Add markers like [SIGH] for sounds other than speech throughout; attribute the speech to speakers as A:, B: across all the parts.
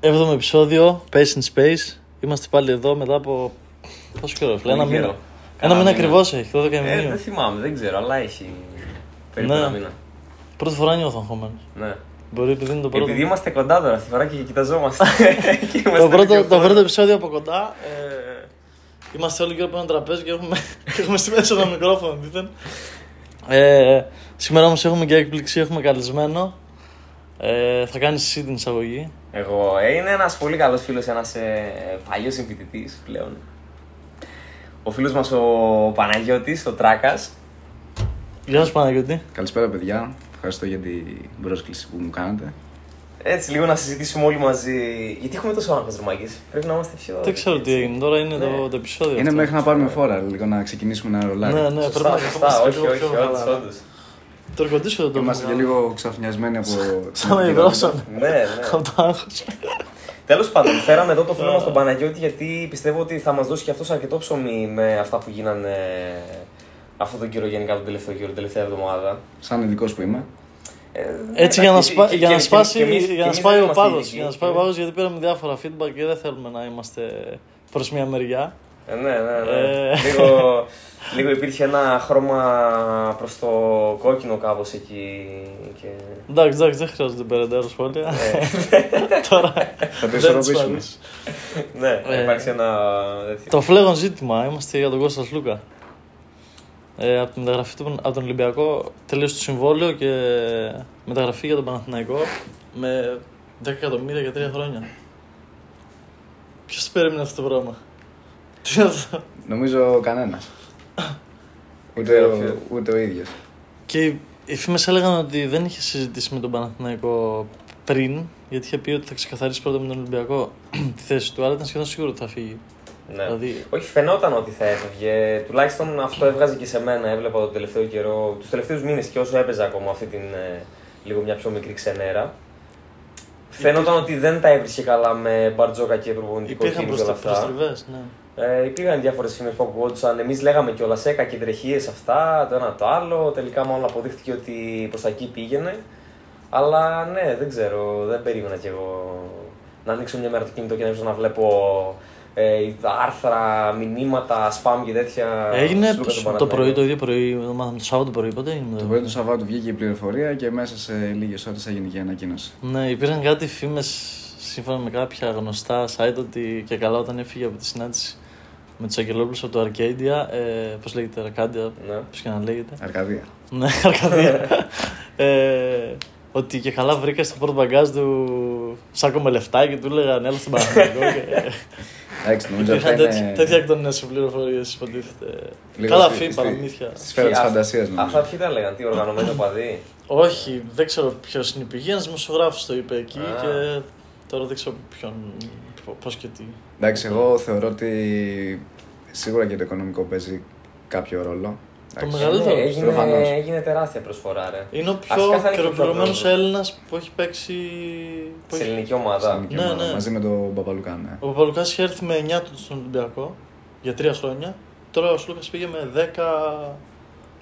A: Έβδομο επεισόδιο, Pace in Space. Είμαστε πάλι εδώ μετά από. Πόσο καιρό, φίλε, ένα
B: Πολύ καιρό.
A: μήνα. Ένα
B: Κανένα
A: μήνα
B: μήνα.
A: ακριβώς έχει, 12
B: Ε,
A: Ιουνίου.
B: δεν θυμάμαι, δεν ξέρω, αλλά έχει περίπου
A: Ναι.
B: ένα μήνα.
A: Πρώτη φορά νιώθω αγχωμένος.
B: Ναι.
A: Μπορεί επειδή είναι το πρώτο.
B: Επειδή είμαστε κοντά τώρα, αυτή τη φορά και
A: [LAUGHS]
B: κοιταζόμαστε. [LAUGHS] Και
A: Το
B: είμαστε
A: πρώτο,
B: πιο
A: το πρώτο
B: κοντά.
A: επεισόδιο από κοντά. ε, είμαστε όλοι γύρω από ένα τραπέζι και έχουμε, [LAUGHS] και έχουμε στη μέση ένα μικρόφωνο δίθεν. Ε, σήμερα όμως έχουμε και έκπληξη, έχουμε καλεσμένο. Ε, θα κάνει εσύ την εισαγωγή.
B: Εγώ ε, είναι ένας πολύ καλός φίλος, ένας ε, παλιός συμφοιτητής πλέον. Ο φίλος μας ο Παναγιώτης, ο Τράκας.
A: Γεια σας Παναγιώτη.
C: Καλησπέρα, παιδιά. Ευχαριστώ για την πρόσκληση που μου κάνατε.
A: Ναι,
B: Έτσι λίγο να συζητήσουμε όλοι μαζί. Γιατί έχουμε τόσο άγχος, Ρωμάκη. Πρέπει να είμαστε πιο.
A: Δεν ξέρω τι
B: έτσι.
A: έγινε τώρα, είναι
B: Ναι.
A: το, το επεισόδιο.
C: Είναι
A: αυτό.
C: μέχρι να πάρουμε φόρα, λίγο να ξεκινήσουμε να ρολάρουμε.
A: Ναι, ναι, πρέπει
B: Σωστά,
A: να
B: σωστά.
A: καθόμαστε
B: Όχι,
A: λίγο
B: όχι,
A: πιο
B: όντως,
A: χαλαρά.
B: όντως.
A: Το εργοτήσιο δεν το
C: Είμαστε και
A: έχουμε
C: λίγο ξαφνιασμένοι από.
A: Σαν να υδρώσαμε.
B: Ναι, ναι.
A: Από το άγχος.
B: Τέλος
A: [LAUGHS]
B: πάντων, φέραμε εδώ το φίλο μας τον Παναγιώτη γιατί πιστεύω ότι θα μας δώσει και αυτός αρκετό ψωμί με αυτά που γίνανε αυτόν τον καιρό γενικά τον τελευταίο καιρό, την τελευταία εβδομάδα.
C: Σαν ειδικός που είμαι.
B: Ε,
A: Έτσι
B: εντάξει,
A: για να,
B: και-
A: σπα...
B: και-
A: για
B: και-
A: να
B: και-
A: σπάσει,
B: και εμείς- και
A: για να
B: εμείς
A: σπάει
B: δεν
A: ο
B: είμαστε
A: πάγος,
B: ειδικοί.
A: για να σπάει ο πάγος γιατί πήραμε διάφορα feedback και δεν θέλουμε να είμαστε προς μια μεριά.
B: Ε, Ναι, ναι, ναι.
A: Ε.
B: λίγο, λίγο υπήρχε ένα χρώμα προς το κόκκινο κάπως εκεί. Και...
A: [LAUGHS]
B: ε,
A: Εντάξει, εντάξει, δεν χρειάζονται περαιτέρω σχόλια. Τώρα
C: Θα
A: δεν
C: το
A: τις
C: ισορροπήσουμε.
A: φάνεις.
B: ναι,
A: Ε.
B: υπάρξει ένα τέτοιο.
A: Το φλέγον ζήτημα, είμαστε για τον Κώστας Σλούκα. Ε, από την μεταγραφή του από τον Ολυμπιακό τελείωσε το συμβόλαιο και μεταγραφή για τον Παναθηναϊκό με 10 εκατομμύρια για 3 χρόνια. Ποιος το περίμενε αυτό το πράγμα. Τι είναι αυτό.
C: Νομίζω
A: [COUGHS]
C: κανένας. Ούτε,
B: ξέρω
C: ο-
B: ποιο.
C: ούτε ο ίδιος.
A: Ναι. Και οι- οι φήμες έλεγαν ότι δεν είχε συζητήσει με τον Παναθηναϊκό πριν, γιατί είχε πει ότι θα ξεκαθαρίσει πρώτα με τον Ολυμπιακό [CLEARS THROAT] τη θέση του, αλλά ήταν σχεδόν σίγουρο ότι θα φύγει.
B: Ναι.
A: Δηλαδή-
B: Όχι, φαινόταν ότι θα έφευγε. Τουλάχιστον αυτό έβγαζε και σε μένα. Έβλεπα τον τελευταίο καιρό, τους τελευταίους μήνες και όσο έπαιζα ακόμα αυτή την ε, λίγο μια πιο μικρή ξενέρα. Φαινόταν ότι δεν τα έβρισκε καλά με μπαρτζόκα και προπονητικό
A: Υπήρχαν
B: χείλη και όλα αυτά.
A: προστριβές, ναι.
B: Ε, υπήρχαν διάφορες φήμες που ακουγόντουσαν. Εμείς λέγαμε κιόλας έκα και τρεχίες αυτά, το ένα το άλλο. Τελικά μάλλον αποδείχτηκε ότι προς τα εκεί πήγαινε. Αλλά ναι, δεν ξέρω, δεν περίμενα κι εγώ να ανοίξω μια μέρα το κινητό και να αρχίσω να βλέπω ε, άρθρα, μηνύματα, spam και τέτοια.
A: Έγινε
B: Σλούκα τον
A: το,
B: Παναθηναϊκό.
A: πρωί, το ίδιο πρωί, το μάθαμε το Σάββατο πρωί, πότε έγινε.
C: Το πρωί του Σαββάτου βγήκε η πληροφορία και μέσα σε λίγες ώρες έγινε και η ανακοίνωση.
A: Ναι, υπήρχαν κάτι φήμες σύμφωνα με κάποια γνωστά site ότι και καλά όταν έφυγε από τη συνάντηση με τους Αγγελόπουλους από το Arcadia. Ε, Πώς λέγεται, Arcadia,
B: Ναι.
A: πώς και να λέγεται. [LAUGHS]
C: Αρκαδία.
A: Ναι, Αρκαδία. ε, ότι και καλά βρήκα στο πρώτο μπαγκάζ του σάκο με λεφτά και του έλεγαν έλα στον Παναγενικό.
B: [LAUGHS]
C: Εντάξει,
A: [LAUGHS]
C: νομίζω αυτά
A: Υπήρχαν τέτοι-
C: είναι.
A: τέτοια εκτονές πληροφορίες, υποτίθεται.
C: λίγο
A: Καλά
C: στη-
A: φύγει,
C: στη-
A: παραμύθια.
C: Στη σφαίρα τη
B: Αυτά-
C: φαντασία
B: Αυτά
C: νομίζω.
B: ποιοι τα λέγανε, τι οργανωμένο παδί.
A: Όχι, δεν ξέρω ποιος είναι η πηγή. Ένας δημοσιογράφος το είπε εκεί
B: Α.
A: και τώρα δεν ξέρω ποιον. Πώς και τι.
C: Εντάξει, εγώ θεωρώ ότι σίγουρα και το οικονομικό παίζει κάποιο ρόλο. Εντάξει.
A: μεγαλύτερο,
B: Ναι, έγινε,
C: προφανώς.
B: έγινε τεράστια προσφορά, ρε.
A: Είναι ο
B: Αρχικά θα
A: πιο
B: είναι και ο πιο
A: κροπηρωμένο
B: γνωστός.
A: Έλληνας που έχει παίξει. που
B: Σε
A: έχει-
B: ελληνική ομάδα.
C: Στην
A: Ναι,
C: ομάδα,
A: ναι.
C: Μαζί με τον Παπαλουκά, ναι.
A: Ο Παπαλουκά είχε έρθει με 9 του στον Ολυμπιακό για 3 χρόνια. Τώρα ο Σλούκας πήγε με 10.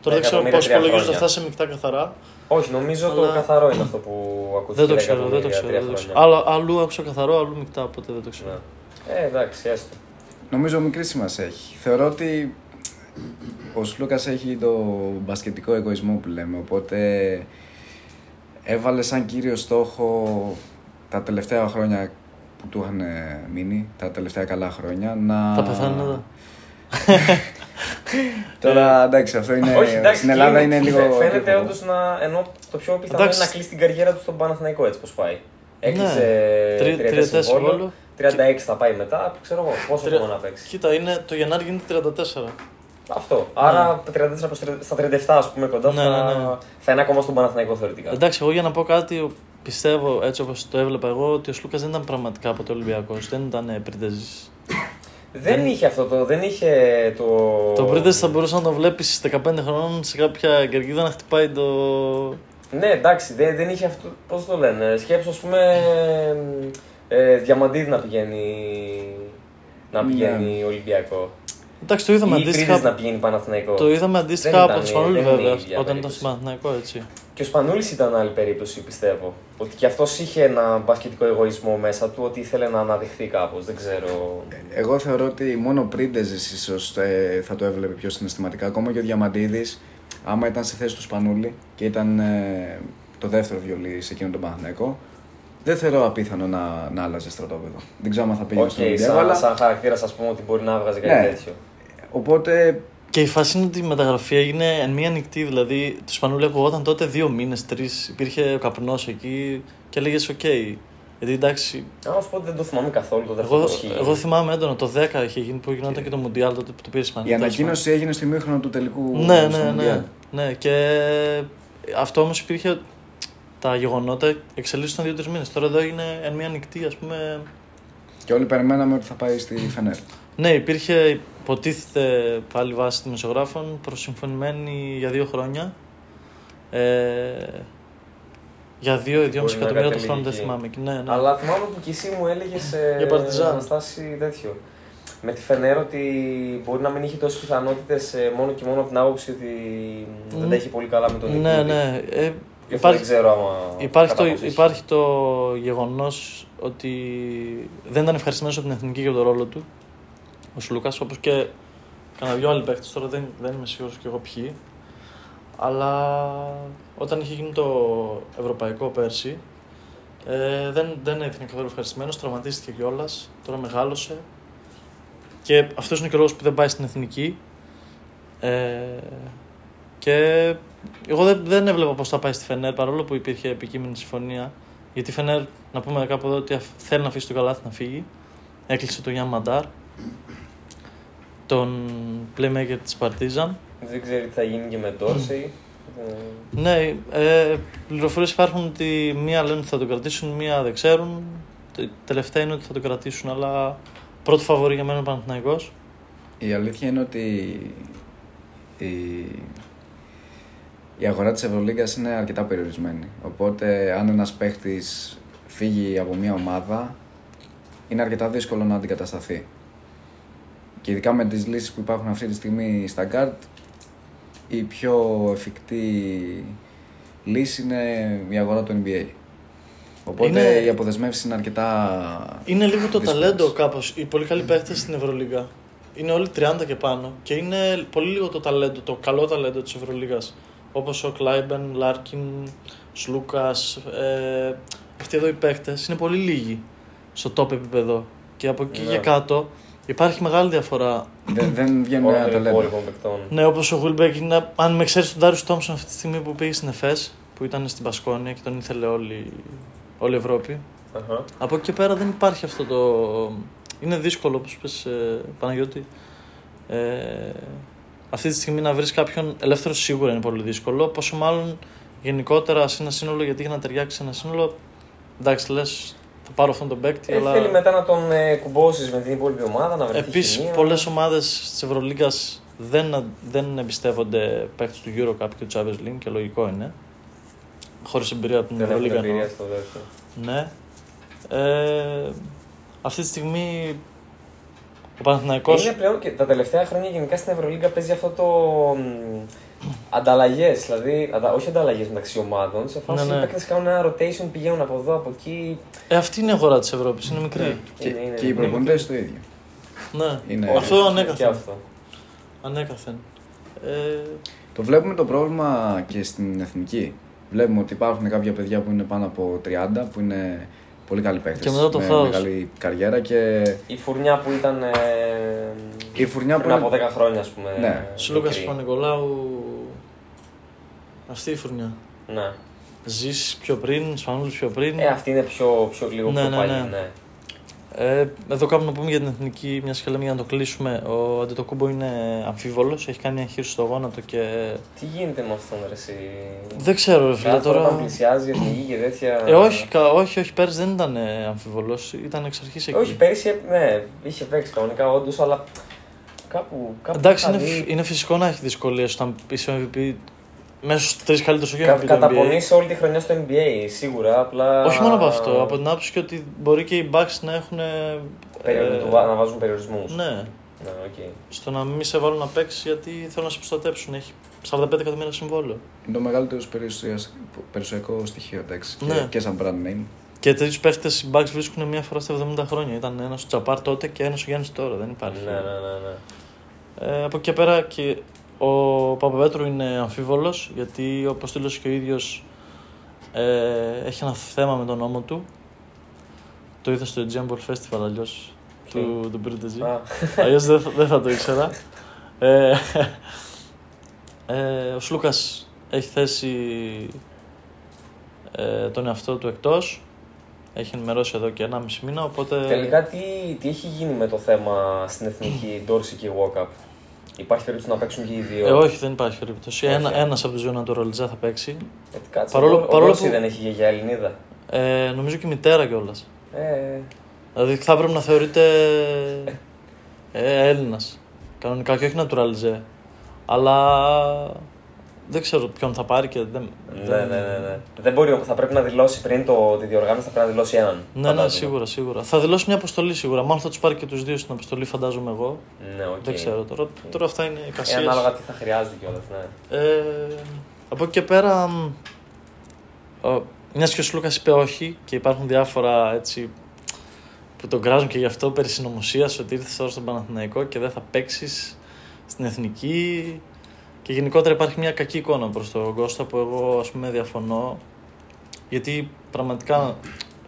A: Τώρα δεν ξέρω
B: εκατομμύρια,
A: πώς
B: τρία
A: υπολογίζονται
B: χρόνια.
A: αυτά σε μεικτά καθαρά.
B: Όχι, νομίζω
A: Αλλά-
B: το καθαρό είναι αυτό που ακούστηκε.
A: Δεν το
B: λέει,
A: ξέρω, δεν το
B: εκατομμύρια,
A: ξέρω.
B: τρία
A: Δεν το ξέρω.
B: χρόνια.
A: Άλλο, αλλού άκουσα καθαρό, αλλού μεικτά, οπότε δεν το ξέρω.
B: Ναι. Ε, εντάξει, έστω.
C: Νομίζω μικρή σημασία έχει. Θεωρώ ότι ο Σλούκα έχει το μπασκετικό εγωισμό που λέμε. Οπότε έβαλε σαν κύριο στόχο τα τελευταία χρόνια που του είχαν ε, μείνει, τα τελευταία καλά χρόνια, να.
A: Θα πεθάνουν εδώ.
C: Τώρα εντάξει, αυτό είναι.
B: Ε, Όχι, εντάξει,
C: Ναι, στην Ελλάδα
B: και
C: είναι
B: φα-
C: λίγο.
B: Φαίνεται
C: άτυπο.
B: όντως να. ενώ το πιο πιθανό
A: Εντάξει.
B: είναι να κλείσει την καριέρα του στον Παναθηναϊκό έτσι πώ πάει. Έκλεισε.
A: Τρι-
B: Ναι.
A: 34
B: 34 συμβόλαιο.
A: συμβόλαιο.
B: 36 θα πάει μετά. Ξέρω εγώ πόσο
A: Τρία-
B: μπορεί να παίξει. Ναι.
A: Κοίτα, είναι, το Γενάρη γίνεται 34.
B: Αυτό. Άρα 34 προς 30 στα 37 ας πούμε κοντά
A: Ναι,
B: θα,
A: ναι, ναι.
B: θα είναι ακόμα στον Παναθηναϊκό θεωρητικά.
A: Εντάξει, εγώ για να πω κάτι, πιστεύω έτσι όπως το έβλεπα εγώ, ότι ο Σλούκας δεν ήταν πραγματικά από το Ολυμπιακός. Δεν ήταν πρίντεζη.
B: Δεν είχε αυτό το. Δεν είχε το.
A: Το πρίντεζη θα μπορούσε να το βλέπεις 15 χρόνων σε κάποια κερκίδα να χτυπάει το.
B: Ναι, εντάξει, δεν, δεν είχε αυτό. Πώς το λένε, σκέψω, ας πούμε. Ε, διαμαντίδη να πηγαίνει. Να
C: Ναι.
B: πηγαίνει Ολυμπιακός.
A: Εντάξει, το είδαμε
B: Ή η Κρήτης να
A: αντίστοιχα.
B: πηγαίνει Παναθηναϊκός.
A: Το είδαμε αντίστοιχα από
B: ήταν-
A: τον Σπανούλη,
B: δεν είναι η
A: βέβαια,
B: ίδια
A: όταν ήταν
B: περίπτωση.
A: στο Παναθηναϊκός, έτσι.
B: Και ο Σπανούλης ήταν άλλη περίπτωση, πιστεύω. Ότι και αυτός είχε ένα μπασκετικό εγωισμό μέσα του, ότι ήθελε να αναδειχθεί κάπως. Δεν ξέρω.
C: Εγώ θεωρώ ότι μόνο ο Πρίντεζης ίσως θα το έβλεπε πιο συναισθηματικά. Ακόμα και ο Διαμαντίδης, άμα ήταν στη θέση του Σπανούλη και ήταν ε, το δεύτερο βιολί σε εκείνον τον Παναθηναϊκό, δεν θεωρώ απίθανο να, να άλλαζε στρατόπεδο. Δεν ξέρω αν θα πήγαινε
B: Οκ,
C: στον Ολυμπιακό,
B: σαν,
C: αλλά.
B: σαν χαρακτήρας, ας πούμε, ότι μπορεί να βγάζει κάτι
C: Ναι.
B: τέτοιο.
C: Οπότε
A: Και η φάση είναι ότι η μεταγραφή έγινε εν μία νυχτή. Δηλαδή, του Σπανούλη ακουγόταν τότε δύο μήνες, τρεις. Υπήρχε ο καπνός εκεί και έλεγες: Οκ. Γιατί εντάξει,
B: Να σου πω ότι δεν το θυμάμαι καθόλου το δεύτερο
A: εγώ,
B: σχήμα.
A: εγώ θυμάμαι έντονα το 10 είχε γίνει που γινόταν και το Μουντιάλ τότε που το πήρε η Ισπανία.
C: η
A: Τέλος
C: ανακοίνωση έγινε στη μήχρονο του τελικού.
A: πάντων. Ναι,
C: στο
A: ναι,
C: Μουντιάλ.
A: ναι, ναι. Και αυτό όμως υπήρχε. Τα γεγονότα εξελίσσονταν δύο-τρει μήνες. Τώρα εδώ έγινε εν μία νυχτή, ας πούμε.
C: Και όλοι περιμέναμε ότι θα πάει στη Φενέρ.
A: Ναι, υπήρχε υποτίθεται πάλι βάση των μεσογράφων προσυμφωνημένη για δύο χρόνια. Ε, για δύο ή
B: Μπορεί
A: δυόμιση
B: να
A: εκατομμύρια το
B: κατελήγει
A: χρόνο, δεν
B: εκεί.
A: θυμάμαι. και- Ναι, ναι.
B: Αλλά θυμάμαι που κι εσύ μου έλεγες
A: Για Παρτιζάν.
B: Αναστάση τέτοιο. Με τη Φενέρ ότι μπορεί να μην είχε τόσες πιθανότητες μόνο και μόνο από την άποψη ότι δεν τα είχε πολύ καλά με τον Νίκο.
A: ναι, ναι. Ε,
B: Γι' αυτό δεν
A: υπάρχει,
B: ξέρω άμα.
A: υπάρχει, το,
B: κατά πόσο ισχύει.
A: υπάρχει το γεγονός ότι δεν ήταν ευχαριστημένος από την εθνική για τον ρόλο του ο Σλούκας, όπως και κανένα δυο άλλοι παίκτες, τώρα δεν, δεν είμαι σίγουρος κι εγώ ποιοι. Αλλά όταν είχε γίνει το ευρωπαϊκό πέρσι, ε, δεν, δεν έδειχνε καθόλου ευχαριστημένος, τραυματίστηκε κιόλας, τώρα μεγάλωσε. Και αυτός είναι και ο λόγος που δεν πάει στην εθνική. Ε, και εγώ δεν, δεν έβλεπα πώς θα πάει στη Φενέρ παρόλο που υπήρχε επικείμενη συμφωνία. Γιατί η Φενέρ, να πούμε κάπου εδώ, ότι αφ- θέλει να αφήσει τον Καλάθι να φύγει. Έκλεισε τον Γιάννη Μαντάρ, τον playmaker της Παρτίζαν.
B: Δεν ξέρει τι θα γίνει και με Ντόρσεϊ.
A: Ναι, ε, πληροφορίες υπάρχουν ότι μία λένε ότι θα τον κρατήσουν, μία δεν ξέρουν. Τε- Τελευταία είναι ότι θα τον κρατήσουν, αλλά πρώτο φαβορή για μένα είναι ο Παναθηναϊκός.
C: Η αλήθεια είναι ότι η, η αγορά της Ευρωλίγκας είναι αρκετά περιορισμένη. Οπότε αν ένας παίχτης φύγει από μια ομάδα, είναι αρκετά δύσκολο να αντικατασταθεί. Και ειδικά με τις λύσεις που υπάρχουν αυτή τη στιγμή στα ΚΑΡΤ, η πιο εφικτή λύση είναι η αγορά του NBA. Οπότε
A: Είναι-
C: οι αποδεσμεύσεις είναι αρκετά
A: Είναι λίγο το
C: δύσκολες.
A: ταλέντο κάπως. Οι πολύ καλοί παίχτες στην Ευρωλίγα. Είναι όλοι 30 και πάνω. Και είναι πολύ λίγο το ταλέντο, το καλό ταλέντο της Ευρωλίγας. Όπως ο Κλάιμπεν, Λάρκιν, Σλούκας. Ε, αυτοί εδώ οι παίχτε είναι πολύ λίγοι στο top επίπεδο. Και από εκεί
B: Ναι.
A: και κάτω υπάρχει μεγάλη διαφορά
C: Δεν, δεν βγαίνουν
B: Μόνο
C: ένα
B: των
C: ταλέντα.
B: υπόλοιπων παικτών.
A: Ναι, όπως ο Γουλμπέκ είναι. Αν με ξέρεις τον Ντάριου Τόμψον αυτή τη στιγμή που πήγε στην Εφές, που ήταν στην Πασκόνια και τον ήθελε όλη, όλη η Ευρώπη.
B: Αχα.
A: Από εκεί και πέρα δεν υπάρχει αυτό το. Είναι δύσκολο, όπως είπες ε, Παναγιώτη. Ε, αυτή τη στιγμή να βρεις κάποιον ελεύθερο σίγουρα είναι πολύ δύσκολο. Πόσο μάλλον γενικότερα σε ένα σύνολο, γιατί για να ταιριάξει σε ένα σύνολο. Εντάξει, λες, θα πάρω αυτόν τον παίκτη,
B: Ε,
A: αλλά.
B: Θέλει ναι, μετά να τον ε, κουμπώσεις με την υπόλοιπη ομάδα, να βρει.
A: Επίση, πολλές ομάδες της Ευρωλίγα δεν, δεν εμπιστεύονται παίκτες του Eurocup και του Champions League και λογικό είναι. Χωρίς εμπειρία από την
B: Δεν έχουν
A: Ευρωλίγα. εννοώ.
B: εμπειρία στο δεύτερο.
A: Ναι. Ε, αυτή τη στιγμή ο Παναθηναϊκός
B: Είναι πλέον και τα τελευταία χρόνια γενικά στην Ευρωλίγκα παίζει αυτό το. Ανταλλαγές, δηλαδή, αντα- όχι ανταλλαγές μεταξύ ομάδων. Σε φάση
A: Ναι, ναι.
B: οι παίκτες κάνουν ένα rotation, πηγαίνουν από εδώ, από εκεί.
A: Ε, αυτή είναι η αγορά της Ευρώπης. Είναι
B: Ναι.
A: μικρή.
C: Και,
B: Είναι- είναι-
C: και οι
B: είναι-
C: προπονητές το ίδιο.
A: Ναι.
C: Είναι-
A: Αυτό
B: Και
A: ανέκαθεν.
B: αυτό.
A: Ανέκαθεν. Ε,
C: Το βλέπουμε το πρόβλημα και στην εθνική. Βλέπουμε ότι υπάρχουν κάποια παιδιά που είναι πάνω από 30, που είναι πολύ καλοί παίκτες.
A: Και μετά το
C: με
A: χάος.
C: μεγάλη καριέρα και
B: Η φουρνιά που ήταν. Ε,
C: η φουρνιά που
B: πριν από
C: είναι...
B: 10 χρόνια, ας πούμε.
C: Ναι.
A: Σλούκα
B: Ε, μικρή.
A: Παπα-Νικολάου. Αυτή η φουρνιά.
B: Ναι.
A: Ζήσεις πιο πριν, Σπανούλης πιο πριν.
B: Ε, αυτή είναι πιο, πιο λίγο
A: Ναι,
B: πιο
A: ναι,
B: παλιά.
A: ναι.
B: Ναι.
A: Ε, εδώ κάπου να πούμε για την εθνική, μια και λέμε για να το κλείσουμε. Ο Αντετοκούμπο είναι αμφίβολος, έχει κάνει εγχείρηση στο γόνατο και.
B: Τι γίνεται με αυτόν, ρε, εσύ.
A: Δεν ξέρω, ρε φίλε
B: Κάθε φορά Όταν
A: τώρα.
B: πλησιάζει η εθνική και τέτοια.
A: Ε, όχι, κα- όχι, όχι, πέρσι δεν ήταν αμφίβολος, ήταν εξ αρχής εκεί.
B: Όχι, πέρυσι ε, ναι, είχε παίξει κανονικά όντως, αλλά κάπου. κάπου
A: Εντάξει,
B: είχα
A: είναι,
B: δει-
A: φυ- είναι φυσικό να έχει δυσκολίες όταν είσαι MVP μέσα στους τρεις καλύτερους
B: Κα,
A: όχι MVP. του NBA.
B: καταπονήσει όλη τη χρονιά στο NBA, σίγουρα. Απλά...
A: Όχι μόνο από αυτό, από την άποψη και ότι μπορεί και οι Bucks να έχουν.
B: Περι- του βα- να βάζουν περιορισμούς.
A: ε, Ναι.
B: Ναι, οκ.
A: στο να μην σε βάλουν να παίξει γιατί θέλουν να σε προστατέψουν. Έχει 45 εκατομμύρια συμβόλαιο.
C: Είναι το μεγαλύτερος σου περιουσιακ- περιουσιακό στοιχείο, εντάξει.
A: Ναι.
C: Και, και σαν brand name.
A: Και τέτοιου παίχτες οι Bucks βρίσκουν μία φορά στα 70 χρόνια. Ήταν ένας ο Τζαπάρ τότε και ένας ο Γιάννης τώρα. Δεν υπάρχει.
B: Ναι, ναι, ναι, ναι.
A: Ε, από εκεί και πέρα και ο Παπαπέτρου είναι αμφίβολος γιατί όπως δήλωσε και ο ίδιος ε, έχει ένα θέμα με τον νόμο του. Το είδα στο Jambol Festival αλλιώς του, του Brindisi.
B: Α,
A: αλλιώς δεν, θα- δεν θα το ήξερα. ε, ε, ο Σλούκας έχει θέσει ε, τον εαυτό του εκτός. Έχει ενημερώσει εδώ και 1,5 μήνα, οπότε...
B: Τελικά τι, τι έχει γίνει με το θέμα στην
A: [CLEARS THROAT]
B: εθνική Ντόρση και Walkup. Υπάρχει περίπτωση να παίξουν και οι δύο.
A: Ε, όχι, δεν υπάρχει περίπτωση.
B: Όχι.
A: Ένα, ένας από τους δύο να το ρολιτζά θα παίξει.
B: Ε, κάτσε,
A: παρόλο-
B: ο- ο
A: παρόλο
B: Ντόρση
A: που-
B: δεν έχει γιαγιά Ελληνίδα.
A: Ε, νομίζω και η μητέρα κιόλας.
B: Ε,
A: Δηλαδή θα έπρεπε να θεωρείται ε, Έλληνας. Κανονικά και όχι naturalize. Αλλά δεν ξέρω ποιον θα πάρει και δεν.
B: ναι, ναι,
A: δεν-
B: ναι, ναι. Δεν μπορεί, θα πρέπει να δηλώσει πριν το, τη διοργάνωση, θα πρέπει να δηλώσει έναν.
A: Ναι, ναι,
B: φαντάζομαι.
A: σίγουρα, σίγουρα. Θα δηλώσει μια αποστολή σίγουρα. Μάλλον θα τους πάρει και τους δύο στην αποστολή, φαντάζομαι εγώ.
B: Ναι, οκ.
A: Δεν ξέρω τώρα. Τώρα αυτά είναι οι
B: Ε,
A: κασίες.
B: ανάλογα τι θα χρειάζεται κιόλας. Ναι.
A: Ε, από εκεί και πέρα, μ, ο- μιας και ο Σλούκας είπε όχι και υπάρχουν διάφορα έτσι που τον κράζουν και γι' αυτό περί συνωμοσίας ότι ήρθες τώρα στον Παναθηναϊκό και δεν θα παίξεις στην Εθνική και γενικότερα υπάρχει μια κακή εικόνα προς τον Κώστα που εγώ ας πούμε διαφωνώ γιατί πραγματικά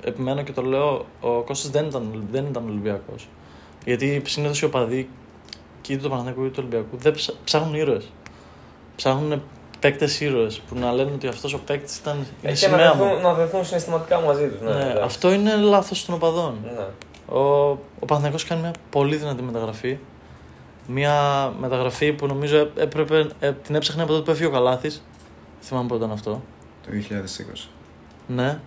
A: επιμένω και το λέω ο Κώστας δεν ήταν, δεν ήταν Ολυμπιακός γιατί συνήθως οι οπαδοί και είτε του Παναθηναϊκού είτε του Ολυμπιακού δεν ψα- ψάχνουν ήρωες ψάχνουν παίκτες ήρωες που να λένε ότι αυτός ο παίκτης ήταν.
B: Ε,
A: Είναι
B: και να
A: σημαία μου.
B: δεθούν, να δεθούν συναισθηματικά μαζί τους. Ναι,
A: ναι,
B: εντάξει.
A: αυτό είναι λάθος των οπαδών.
B: Ναι.
A: Ο, ο Παναθηναϊκός κάνει μια πολύ δυνατή μεταγραφή. Μια μεταγραφή που νομίζω έ- έπρεπε, ε, την έψαχνε από τότε που έφυγε ο Καλάθης. Θυμάμαι πότε ήταν αυτό.
C: Το 2020.
A: Ναι.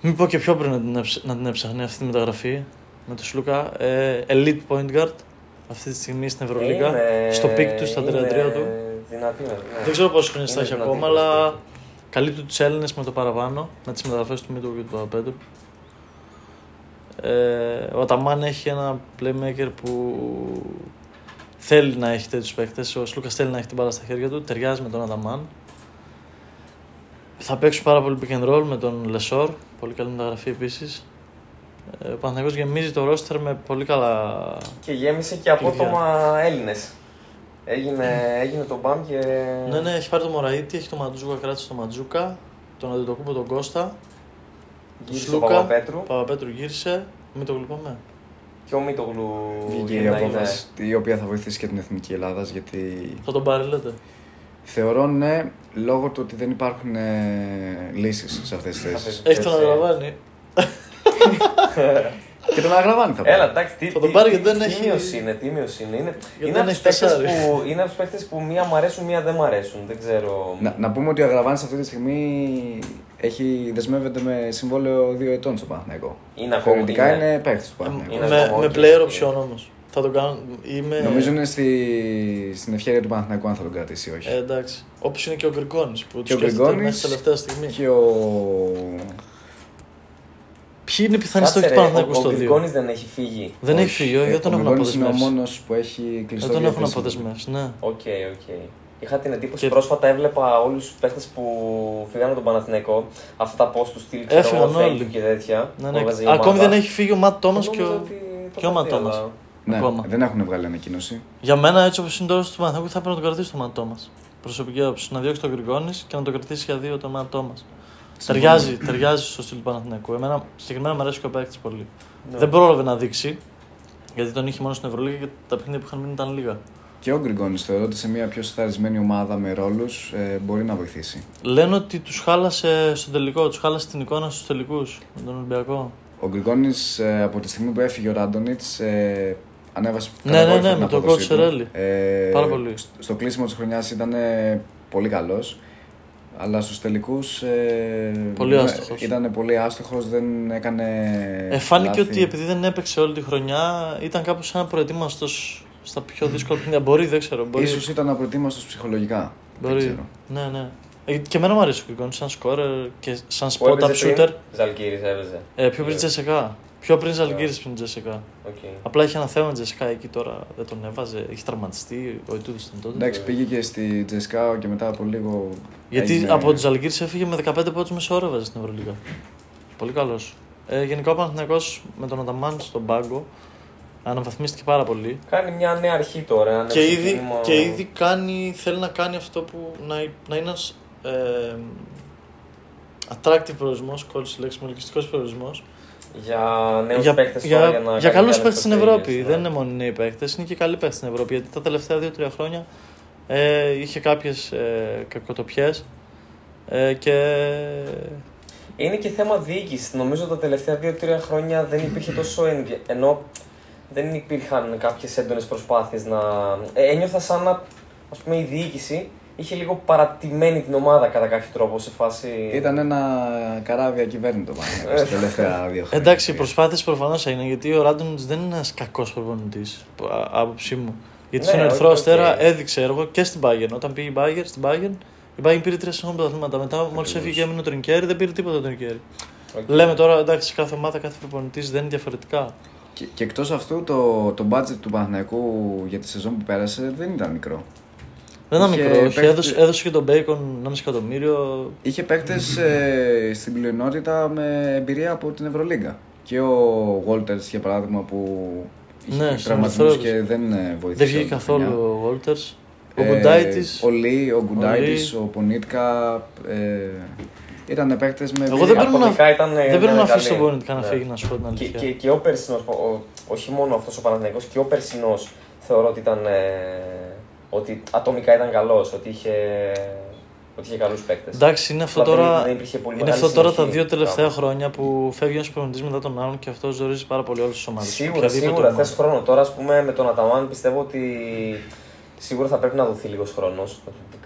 A: Μην πω και πιο πριν να την, έψ- να την έψαχνε αυτή τη μεταγραφή με τον Σλούκα. Ε, elite point guard αυτή τη στιγμή στην Ευρωλίγα.
B: Είναι-
A: Στο πικ του, στα 33
B: είναι
A: του.
B: Δυνατή, ναι. ναι.
A: Δεν ξέρω πόσε χρονιέ θα
B: Είναι
A: έχει
B: δυνατή
A: ακόμα,
B: προσθήκη.
A: αλλά καλύπτει τους Έλληνες με το παραπάνω, με τις μεταγραφές του Μίτου και του Παπαπέτρου. Ε, ο Αταμάν έχει ένα playmaker που θέλει να έχει τέτοιους παίκτες. Ο Σλούκας θέλει να έχει την μπάλα στα χέρια του, ταιριάζει με τον Αταμάν. Θα παίξουν πάρα πολύ pick and roll με τον Λεσόρ, πολύ καλή μεταγραφή επίσης. Ο Παναθηναϊκός γεμίζει το ρόστερ με πολύ καλά.
B: Και γέμισε και απότομα Έλληνες. Έγινε, έγινε το μπαμ και.
A: Ναι, ναι, έχει πάρει το Μωραήτη, έχει το Ματζούκα, κράτησε το Ματζούκα, τον Αντιτοκούμπο τον Κώστα,
B: Γύρισε
A: Σλούκα.
B: ο Παπαπέτρου
A: Ο Παπαπέτρου γύρισε, μην το γλυπάμε.
B: και ο Ναι. Μίτογλου.
C: Βγήκε η
B: είναι-
C: απόφαση
B: ε.
C: η οποία θα βοηθήσει και την εθνική Ελλάδας γιατί
A: Θα τον πάρει, λέτε.
C: θεωρώ ναι λόγω του ότι δεν υπάρχουν ε, λύσεις σε αυτές τις θέσεις.
B: Αυτές.
A: Έχεις τον
B: Έτσι. Ναι,
A: Αλαβάνη.
C: και τον αγραβάνει θα
B: είναι. Έλα,
C: πάρει.
B: εντάξει, τι,
A: Θα τον
B: τι-
A: πάρει
B: τι-
A: γιατί δεν
B: τι
A: έχει-
B: μείωση είναι, τι μείωση είναι. Είναι, είναι
A: δεν
B: από τους
A: έχει
B: παίκτες
A: τεσσάρι.
B: που, είναι από τους παίκτες που μία μ' αρέσουν, μία δεν μ' αρέσουν. Δεν ξέρω.
C: Να, να πούμε ότι ο αγραβάνης αυτή τη στιγμή έχει, δεσμεύεται με συμβόλαιο δύο ετών στο Παναθηναϊκό.
B: Είναι ακόμα.
C: Θεωρητικά είναι παίκτης του Παναθηναϊκού.
B: Είναι
A: Ε, με,
B: ακόμα
A: με
B: όχι.
A: player option όμως. Θα τον κάνω.
B: Ε,
A: Είμαι.
C: Νομίζω είναι στη, στην ευχαίρεια του Παναθηναϊκού αν θα τον κρατήσει ή όχι.
A: Ε, εντάξει. Όπως είναι και ο Γκριγκόνης που του
C: Και ο
A: σκέφτεται
C: Γκριγκόνης
A: μέχρι τελευταία
B: ναι.
A: στιγμή.
C: και ο...
A: Ποιοι είναι οι πιθανοί
B: Κάτσε,
A: στόχοι του
B: ρε,
A: Παναθηναϊκού
B: ο-
A: στο
B: Ο
A: 2.
B: Γκριγκόνης δεν έχει φύγει.
A: Δεν έχει
C: Όχι.
A: φύγει, όχι,
C: Ε,
A: δεν τον
C: ο
A: έχουν
C: Γκριγκόνης είναι ο
A: αποδεσμεύσει.
C: μόνος που έχει κλειστό
A: Δεν τον έχουν
C: διαθέσιμο.
A: αποδεσμεύσει, ναι.
B: Οκ, οκ. Είχα την εντύπωση
A: Και-
B: πρόσφατα έβλεπα όλους τους παίχτες που φύγανε τον Παναθηναϊκό. Αυτά τα post του στυλ ξέρω
A: Έφυγαν
B: εγώ, thank
A: όλοι.
B: you και τέτοια.
A: Ναι,
B: που
A: ναι.
B: έβγαζε η
A: Ακόμη
B: ομάδα.
A: δεν έχει φύγει ο Ματ Τόμας
B: Εγώ
A: και
B: νόμιζα
A: ο.
B: ότι το
A: και ο
B: είχα δει,
A: Ματώμας.
B: αλλά-
C: Ναι,
A: Ακόμα.
C: δεν έχουν βγάλει ανακοίνωση.
A: Για μένα, έτσι όπως είναι τώρα του Παναθηναϊκού, θα πρέπει να τον κρατήσει το Ματ Τόμας. Προσωπική άποψη. Να διώξει τον Γκριγκόνη και να τον κρατήσει για δύο το Ματ Τόμας. Ταιριάζει, ταιριάζει στο στυλ του Παναθηναϊκού. Εμένα συγκεκριμένα μου αρέσει και ο παίκτης πολύ.
B: Ναι.
A: Δεν πρόλαβε να δείξει. Γιατί τον είχε μόνο στην Ευρωλίγα και τα παιχνίδια που είχαν μείνει ήταν λίγα.
C: Και ο Γκριγκόνης θεωρώ ότι σε μια πιο σταρισμένη ομάδα με ρόλους μπορεί να βοηθήσει.
A: Λένε ότι τους χάλασε στο τελικό, τους χάλασε την εικόνα στους τελικούς με τον Ολυμπιακό.
C: Ο Γκριγκόνης από τη στιγμή που έφυγε ο Ράντονιτ ανέβασε
A: Ναι,
C: κατά
A: ναι,
C: γόητρα
A: ναι,
C: την
A: με τον
C: απόδοσή του.
A: Κοτσερέλη.
C: Ε,
A: Πάρα πολύ.
C: σ- Στο κλείσιμο της χρονιάς ήταν ε, πολύ καλός. Αλλά στους τελικούς.
A: Πολύ άστοχος.
C: Ήταν πολύ άστοχος, δεν έκανε.
A: Ε, φάνηκε
C: λάθη.
A: ότι επειδή δεν έπαιξε όλη τη χρονιά, ήταν κάπως σαν προετοίμαστος στα πιο δύσκολα παιχνίδια. Μπορεί, δεν ξέρω. Μπορεί.
C: Ίσως ήταν απροετοίμαστος ψυχολογικά. Δεν
A: μπορεί.
C: ξέρω.
A: Ναι, ναι. Ε, Και εμένα μου αρέσει ο Γκριγκόνη σαν σκόρερ και σαν
B: Που
A: spot up
B: έπαιζε πριν,
A: shooter.
B: Ζαλγκύρης έπαιζε.
A: Ε, πιο πριν Τσεσεκά. Πιο πριν Ζαλγκύρη πριν Τζέσικα.
B: Okay.
A: Απλά είχε ένα θέμα με Τζέσικα εκεί τώρα, δεν τον έβαζε. Έχει τραυματιστεί, ο Ιτούδης ήταν τότε.
C: Εντάξει, πήγε και στη Τζεσκάο και μετά από λίγο.
A: Γιατί
C: έγινε-
A: από τους Ζαλγκύρη έφυγε με 15 πόντους μέσω ώρα έβαζε στην Ευρωλίγα. Πολύ καλός. Ε, γενικά ο Παναθυνακό με τον Αταμάν στον πάγκο αναβαθμίστηκε πάρα πολύ.
B: Κάνει μια νέα αρχή τώρα. ένα νέο
A: Και ήδη,
B: ξεκίνημα.
A: και ήδη κάνει, θέλει να κάνει αυτό που να, να είναι ένας ε, attractive προορισμός, κόλλησε η λέξη, μολυκιστικός προορισμός.
B: Για νέους
A: για,
B: παίκτες
A: για,
B: Ναι, τώρα. Για, να
A: για καλούς
B: κάνει καλές
A: παίκτες στην
B: προσπάθειες,
A: Ευρώπη.
B: ναι.
A: Δεν είναι μόνο οι νέοι παίκτες, είναι και οι καλοί παίκτες στην Ευρώπη. Γιατί τα τελευταία 2-3 χρόνια ε, είχε κάποιες ε, κακοτοπιές ε, και...
B: Είναι και θέμα διοίκησης. Νομίζω τα τελευταία 2-3 χρόνια δεν υπήρχε τόσο ενδια... ενώ δεν υπήρχαν κάποιες έντονες προσπάθειες να. Ε, Ένιωθα σαν να. ας πούμε η διοίκηση είχε λίγο παρατημένη την ομάδα κατά κάποιο τρόπο σε φάση.
C: Ήταν ένα καράβι ακυβέρνητο πάνω τα τελευταία δύο χρόνια.
A: Εντάξει,
B: Ε,
A: οι προσπάθειες προφανώς έγιναν, γιατί ο Ράντονιτς δεν είναι ένας κακός προπονητής, από- α- άποψή μου. Γιατί
B: Ναι,
A: στον
B: όχι,
A: Ερυθρό
B: οκ.
A: Αστέρα έδειξε έργο και στην Bayern. Όταν πήγε η Bayern, στην Bayern, η Bayern πήρε τρία συγχρόνια πρωταθλήματα. Μετά, μόλις έφυγε και έμεινε ο Τρινκέρι, δεν πήρε τίποτα ο Τρινκέρι.
B: Οκ.
A: Λέμε τώρα, εντάξει, κάθε ομάδα, κάθε προπονητής δεν είναι διαφορετικά.
C: Και, και εκτός αυτού το, το budget του Παναθηναϊκού για τη σεζόν που πέρασε δεν ήταν μικρό.
A: Δεν ήταν
C: Είχε
A: μικρό. όχι.
C: παίχτη-
A: Έδωσε, έδωσε και τον Bacon 1,5 εκατομμύριο.
C: Είχε
A: [LAUGHS]
C: παίκτες ε, στην πλειονότητα με εμπειρία από την Ευρωλίγκα. Και ο Walters για παράδειγμα που είχε
A: Ναι,
C: ναι,
A: στον
C: τραυματισμούς
A: Ερυθρό.
C: και δεν ε, βοήθησε.
A: Δεν βγήκε
C: όλη τη
A: καθόλου
C: χρονιά.
A: ο Walters. Ο
C: Ε,
A: Γκουντάιτης.
C: Ο Λί, ο
A: Ο
C: Γκουντάιτης, ο Πονίτκα. Ε, ήταν παίκτες με
A: Εγώ
C: εμπειρία.
A: δεν παίρνω να-
B: Ατομικά ήταν, ε,
A: Δεν πρέπει
B: ναι,
A: να αφήσει τον
B: καλή.
A: Πόνιτκα να
B: Ναι.
A: φύγει, να σου πω την
B: Και,
A: αλήθεια.
B: και, και ο περσινό, όχι μόνο αυτός ο Παναθηναϊκός, και ο περσινό θεωρώ ότι ήταν. ε, ότι ατομικά ήταν καλός, ότι είχε, ότι είχε καλούς παίκτες.
A: Εντάξει, είναι αυτό
B: Απλά δεν-
A: τώρα,
B: δεν υπήρχε πολύ
A: είναι
B: μεγάλη
A: αυτό τώρα τα
B: συνοχή,
A: δύο τελευταία
B: κάπως.
A: χρόνια που φεύγει ένας προπονητής μετά τον άλλον και αυτός ζορίζει πάρα πολύ όλες τις ομάδες.
B: Σίγουρα, σίγουρα θες χρόνο. Τώρα, ας πούμε, με τον Αταμάν πιστεύω ότι σίγουρα θα πρέπει να δοθεί λίγος χρόνος.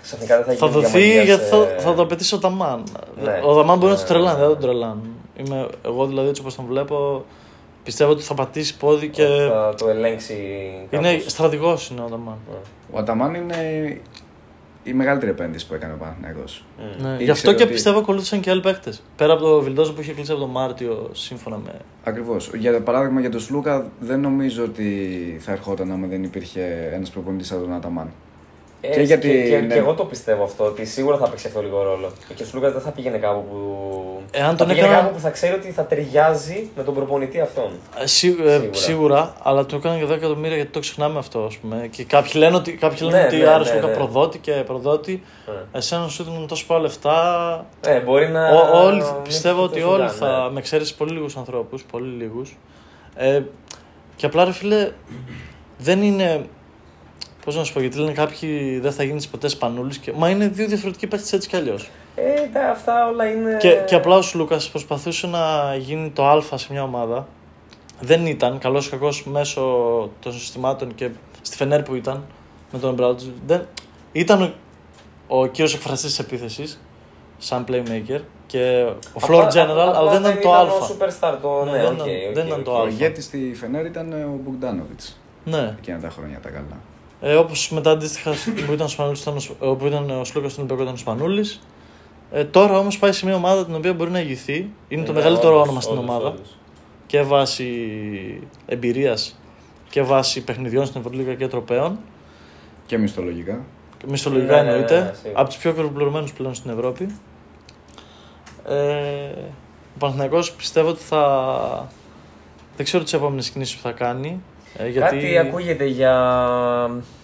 B: Ξαφνικά δεν θα
A: Θα
B: γίνει
A: δοθεί
B: διαμαντίας,
A: γιατί θα,
B: ε,
A: θα το απαιτήσει ο Ταμάν.
B: Ναι.
A: Ο Ταμάν μπορεί να του
B: Ναι.
A: τρελάνει, δεν θα τον τρελάνει. Είμαι, εγώ δηλαδή έτσι όπως τον βλέπω, πιστεύω ότι θα πατήσει πόδι και.
B: Ε, Θα το ελέγξει.
A: Είναι
B: κάπως.
A: στρατηγός είναι ο Ταμάν.
C: Ο Αταμάν είναι η μεγαλύτερη επένδυση που έκανε ο Παναθηναϊκός.
B: Μμ.
A: Ναι. Γι'
C: Ήξερε
A: αυτό και
C: ότι-
A: πιστεύω ακολούθησαν και άλλοι παίκτες. Πέρα από το Βιλντόζο που είχε κλείσει από τον Μάρτιο, σύμφωνα με.
C: Ακριβώς. Για παράδειγμα για τον Σλούκα δεν νομίζω ότι θα ερχόταν άμα δεν υπήρχε ένας προπονητής σαν τον Αταμάν.
B: Ε,
C: Και γιατί
B: και, και,
C: είναι-
B: και εγώ το πιστεύω αυτό, ότι σίγουρα θα παίξει αυτό λίγο ρόλο. Και ο Σλούκα δεν θα πήγαινε κάπου που.
A: Εάν
B: θα
A: τον
B: πήγαινε
A: έκανα-
B: κάπου που θα ξέρει ότι θα ταιριάζει με τον προπονητή αυτόν.
A: Ε, σί- ε,
B: Σίγουρα.
A: σίγουρα. αλλά του έκαναν για 10 εκατομμύρια γιατί το ξεχνάμε αυτό, ας πούμε. Και κάποιοι λένε ότι, κάποιοι λένε
B: Ναι,
A: ότι
B: ναι,
A: άρεσε
B: ναι,
A: Λούκα
B: ναι.
A: προδότη και προδότη. Εσένα σου δίνουν τόσο πολλά λεφτά.
B: Ναι, μπορεί να.
A: Ο- όλοι,
B: μην
A: πιστεύω ότι
B: σκεφτεί το
A: όλοι
B: Ζουντάν,
A: θα.
B: ναι.
A: Με ξέρεις πολύ λίγους ανθρώπους, πολύ λίγους. Ε, και απλά ρε φίλε, δεν είναι. Πώς να σου πω, γιατί λένε κάποιοι δεν θα γίνεις ποτέ σπανούλης. Και... Μα είναι δύο διαφορετικοί παίχτε έτσι κι αλλιώς.
B: Ε, τα, αυτά όλα είναι.
A: Και, και απλά ο Σλούκα προσπαθούσε να γίνει το Α σε μια ομάδα. Δεν ήταν καλός ή κακός μέσω των συστημάτων και στη Φενέρ που ήταν με τον Μπράουτζ. Δεν... Ήταν ο, ο κύριος εκφραστής της επίθεσης σαν playmaker και ο
B: Απλά-
A: floor general,
B: απλά
A: αλλά δεν ήταν το
B: ο
A: Α.
B: superstar, το-
A: Ναι,
B: ναι,
A: δεν
B: οκ,
A: ήταν-
B: οκ,
A: δεν ήταν
B: οκ.
A: το
C: Ο
A: Αλφα.
C: ηγέτης στη Φενέρ ήταν ο Μπογκδάνοβιτς
A: Ναι.
C: εκείνα τα χρόνια τα καλά.
A: Ε, Όπως μετά αντίστοιχα που ήταν, ο Σπανούλης, ήταν, ο Σ- ε, που ήταν ο Σλούκας στον Ιππέκο ήταν ο Σπανούλης. Ε, τώρα όμως πάει σε μια ομάδα την οποία μπορεί να ηγηθεί. Είναι το
B: Ναι,
A: μεγαλύτερο
B: όντως,
A: όνομα στην
B: όντως,
A: ομάδα.
B: όντως.
A: και βάσει εμπειρίας και βάσει παιχνιδιών στην Ευρωλίγα και τροπέων.
C: Και μισθολογικά.
A: Μισθολογικά
B: Ναι, ναι, ναι,
A: εννοείται.
B: ναι, σίγουρα.
A: από τους πιο κοροπλωμένου πλέον στην Ευρώπη. Ε, ο Παναθηναϊκός πιστεύω ότι θα. Δεν ξέρω τις επόμενες κινήσεις που θα κάνει. Ε, γιατί
B: Κάτι ακούγεται για.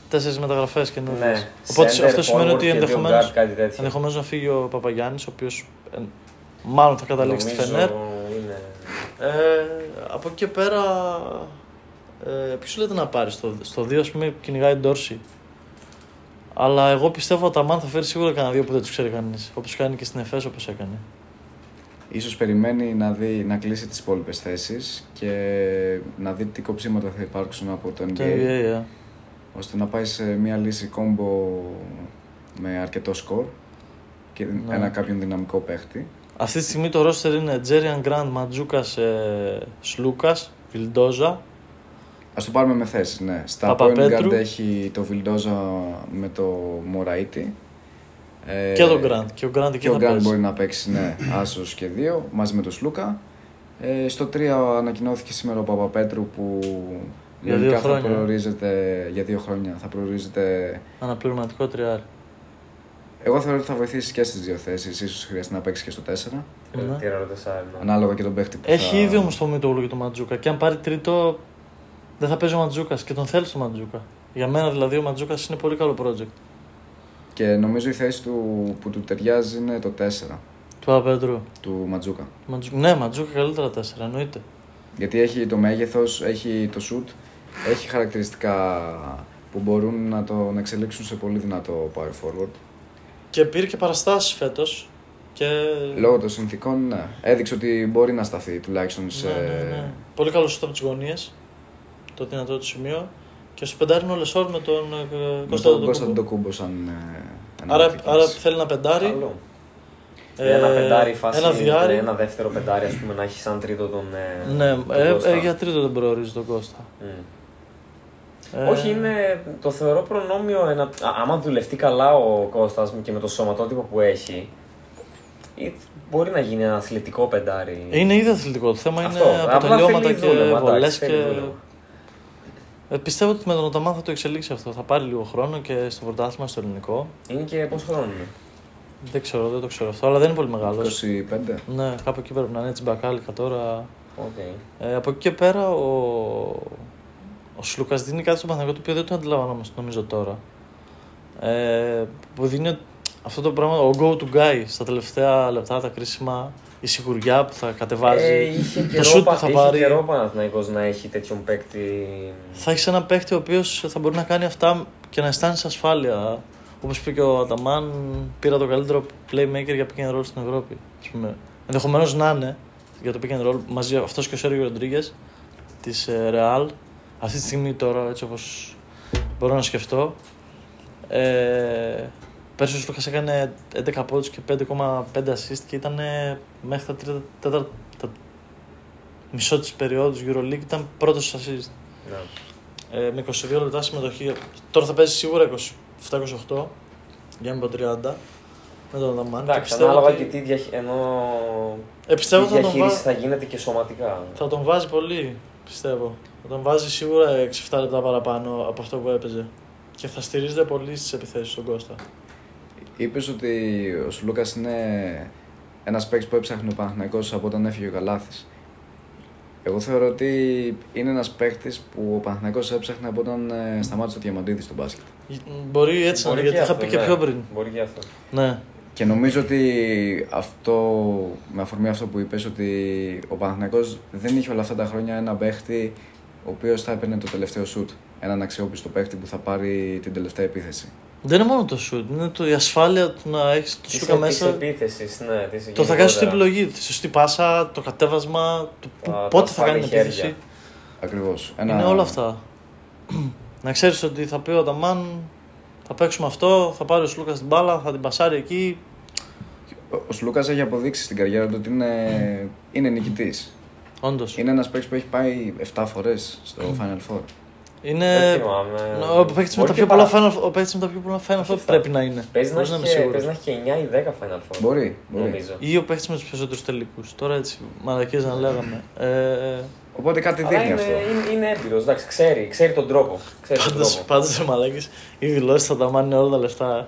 A: τέσσερις μεταγραφές και
B: Ναι,
A: Οπότε
B: center,
A: αυτό σημαίνει
B: forward
A: ότι
B: και δύο
A: ενδεχομένως
B: guard, κάτι τέτοιο.
A: ενδεχομένως να φύγει ο Παπαγιάννης, ο οποίος μάλλον θα καταλήξει στη
B: Νομίζω
A: Φενέρ.
B: είναι-
A: Ε, από εκεί και πέρα, ε, ποιος λέτε να πάρει στο, στο 2, ας πούμε, κυνηγάει Ντόρση. Αλλά εγώ πιστεύω ότι ο Ταμάν θα φέρει σίγουρα κανένα δύο που δεν τους ξέρει κανείς. Όπως κάνει και στην Εφές, όπως έκανε.
C: Ναι. Ίσως περιμένει να, δει, να κλείσει τις υπόλοιπες θέσεις και να δει τι κοψίματα θα υπάρξουν από το NBA,
A: Το NBA, yeah.
C: ώστε να πάει σε μια λύση κόμπο με αρκετό σκορ και
A: Ναι.
C: ένα κάποιον δυναμικό παίχτη.
A: Αυτή τη στιγμή το roster είναι Τζέριαν Γκραντ, Ματζούκα, Σλούκα, Βιλντόζα.
C: Ας το πάρουμε με θέσεις, ναι. Στα point
A: Παπαπέτρου.
C: guard έχει το Βιλντόζα με το Μωραΐτη. Ε,
A: και τον Γκραντ. Και ο Γκραντ εκεί
C: Και ο
A: θα
C: Γκραντ
A: παίζει.
C: μπορεί να παίξει, ναι, άσος και δύο, μαζί με τον Σλούκα. Ε, στο 3 ανακοινώθηκε σήμερα ο Παπαπέτρου που
A: Για δύο
C: λογικά
A: χρόνια.
C: θα προορίζεται για δύο χρόνια. Θα προορίζεται.
A: Αναπληρωματικό τριάρι.
C: Εγώ θεωρώ ότι θα βοηθήσει και στις δύο θέσεις. σω χρειαστεί να παίξει και στο 4.
A: Ναι.
B: Τι ρόλο τεσσάρι, ναι.
C: Ανάλογα και τον παίχτη που
A: Έχει
C: θα...
A: ήδη όμως το Μίτογλου και το Ματζούκα. Και αν πάρει τρίτο, δεν θα παίζει ο Ματζούκα και τον θέλει το Ματζούκα. Για μένα δηλαδή ο Ματζούκα είναι πολύ καλό project.
C: Και νομίζω η θέση του που του ταιριάζει είναι το 4
A: Του Παπαπέτρου.
C: του Ματζούκα.
A: Ματζου... Ναι, Ματζούκα καλύτερα τέσσερα, εννοείται.
C: Γιατί έχει το μέγεθος, έχει το σουτ, έχει χαρακτηριστικά που μπορούν να τον εξελίξουν σε πολύ δυνατό power forward.
A: Και πήρε και παραστάσεις φέτος. Και...
C: Λόγω των συνθήκων, ναι. Έδειξε ότι μπορεί να σταθεί τουλάχιστον σε.
A: Ναι, ναι, ναι. Πολύ καλό σούτ από τις γωνίες. Το δυνατό του σημείο. Και στο πεντάρι είναι ο Λεσόρ με τον ε,
C: με
A: Κώστα ναι,
C: τον Κώστα
A: Αντοκούμπο.
C: Αντοκούμπο σαν. ε,
A: Άρα,
C: αναλυτικής.
A: άρα θέλει ένα πεντάρι.
B: Καλό. ένα
A: ε,
B: πεντάρι φάση, ε,
A: ένα διάρι.
B: ένα δεύτερο πεντάρι ας πούμε να έχει σαν τρίτο τον, ε,
A: Ναι,
B: τον Mm.
A: ε,
B: Κώστα.
A: ε, για τρίτο τον προορίζει τον Κώστα.
B: Μμ.
A: Ε,
B: Όχι, είναι, το θεωρώ προνόμιο. Ένα, α- άμα δουλευτεί καλά ο Κώστας και με το σωματότυπο που έχει, ή- μπορεί να γίνει ένα αθλητικό πεντάρι.
A: Είναι ήδη αθλητικό. Το θέμα
B: Αυτό.
A: Ε, είναι
B: Απλά
A: αποτελειώματα
B: θέλει
A: και
B: δούλευμα, εντάξει,
A: βολές.
B: θέλει
A: Και...
B: δούλευμα.
A: Ε, πιστεύω ότι με τον Οταμάν θα το εξελίξει αυτό. Θα πάρει λίγο χρόνο και στο πρωτάθλημα, στο ελληνικό.
B: Είναι και πόσο χρόνο είναι.
A: Δεν ξέρω, δεν το ξέρω αυτό, αλλά δεν είναι πολύ μεγάλος.
C: 25.
A: Ναι, κάπου εκεί πρέπει να είναι έτσι μπακάλικα τώρα.
B: Okay.
A: Ε, από εκεί και πέρα ο, ο Σλούκας δίνει κάτι στον Παναγιώτο το οποίο δεν το αντιλαμβανόμαστε νομίζω τώρα. Ε, που δίνει αυτό το πράγμα, ο go to guy στα τελευταία λεπτά, τα κρίσιμα, η σιγουριά που θα κατεβάζει,
B: Ε, είχε
A: το
B: καιρό,
A: shoot που
B: πα-
A: θα
B: είχε
A: πάρει.
B: καιρό ο Παναθηναϊκός να έχει τέτοιον παίκτη.
A: Θα έχεις ένα παίχτη ο οποίος θα μπορεί να κάνει αυτά και να αισθάνεσαι ασφάλεια. Όπως είπε και ο Αταμάν, πήρα το καλύτερο playmaker για pick and roll στην Ευρώπη. ας πούμε. Ενδεχομένως να είναι για το pick and roll μαζί αυτός και ο Σέργιο Ροντρίγκες της ε, Real. Αυτή τη στιγμή τώρα, έτσι όπως μπορώ να σκεφτώ. Ε, πέρσι ο Σλούκας έκανε 11 πόντους και 5,5 assist και ήταν μέχρι τα, τρίτα, τέταρτα- τα μισό της περίοδου EuroLeague ήταν πρώτος assist
B: Ναι.
A: ε, με 22 λεπτά συμμετοχή. Τώρα θα παίζει σίγουρα 27-28, για να μην πω 30. Με τον Δαμάν.
B: Εντάξει, ανάλογα και τι, διαχει... ενώ...
A: ε, πιστεύω
B: τι
A: θα, τον
B: διαχείριση
A: βά...
B: θα γίνεται και σωματικά.
A: θα τον βάζει πολύ, πιστεύω. Θα τον βάζει σίγουρα 6-7 λεπτά παραπάνω από αυτό που έπαιζε. Και θα στηρίζεται πολύ στις επιθέσεις στον Κώστα.
C: Είπες ότι ο Σλούκα είναι ένας παίκτης που έψαχνε ο Παναθηναϊκός από όταν έφυγε ο Καλάθη. Εγώ θεωρώ ότι είναι ένας παίκτης που ο Παναθηναϊκός έψαχνε από όταν ε, σταμάτησε το διαμαντίδι στο μπάσκετ.
A: Μπορεί έτσι να
B: Μπορεί
A: είναι, γιατί είχα
B: αυτό,
A: πει και
B: ναι.
A: πιο πριν.
B: Μπορεί και αυτό.
A: Ναι.
C: Και νομίζω ότι αυτό, με αφορμή αυτό που είπες, ότι ο Παναθηναϊκός δεν είχε όλα αυτά τα χρόνια ένα παίχτη ο οποίος θα έπαιρνε το τελευταίο σουτ. Έναν αξιόπιστο παίχτη που θα πάρει την τελευταία επίθεση.
A: Δεν είναι μόνο το σουτ, είναι το, η ασφάλεια του να έχεις το
B: Της-
A: σούκα μέσα.
B: Της επίθεσης, ναι. Της
A: Το θα κάνεις την
B: γενικότερα.
A: επιλογή, τη σωστή πάσα, το κατέβασμα, το πού-
B: Τα- τα
A: πότε θα
B: ασφαλή
A: κάνει την
B: χέρια.
A: επίθεση.
C: Ακριβώς.
A: Είναι όλα αυτά. [CLEARS THROAT] να ξέρεις ότι θα πει ο Αταμάν, θα παίξουμε αυτό, θα πάρει ο Σλούκας την μπάλα, θα την πασάρει εκεί.
C: Ο- Ο Σλούκας έχει αποδείξει στην καριέρα του ότι είναι, είναι νικητής.
A: Όντως.
C: Είναι ένας παίκτης που έχει πάει 7 φορές στο Final Four.
A: Είναι.
B: Δεν θυμάμαι.
A: Ναι, Ο παίκτης με, τα
B: Μπορεί και
A: πιο πολλά
B: παραπάνω.
A: Final- ο παίκτης με τα πιο πολλά Final Four
B: Σωστά.
A: πρέπει να είναι.
B: Παίζει να,
A: Χωρίς
B: έχει
A: είμαι
B: και-
A: σίγουρος.
B: παίζει να έχει και 9 ή 10 Final Four.
C: Μπορεί, μπορεί.
B: Νομίζω.
A: Ή ο παίκτης με τους περισσότερους τελικούς. Τώρα έτσι, μαλακίε να λέγαμε. Ε,
C: Οπότε κάτι
B: Αλλά
C: δείχνει
B: είναι,
C: αυτό.
B: είναι, είναι έμπειρος, εντάξει, ξέρει, ξέρει τον τρόπο. Ξέρει τον
A: Πάντως,
B: τρόπο.
A: πάντως, οι μαλακίε, οι δηλώσεις θα τα μάνουν όλα τα
B: [LAUGHS]
A: λεφτά.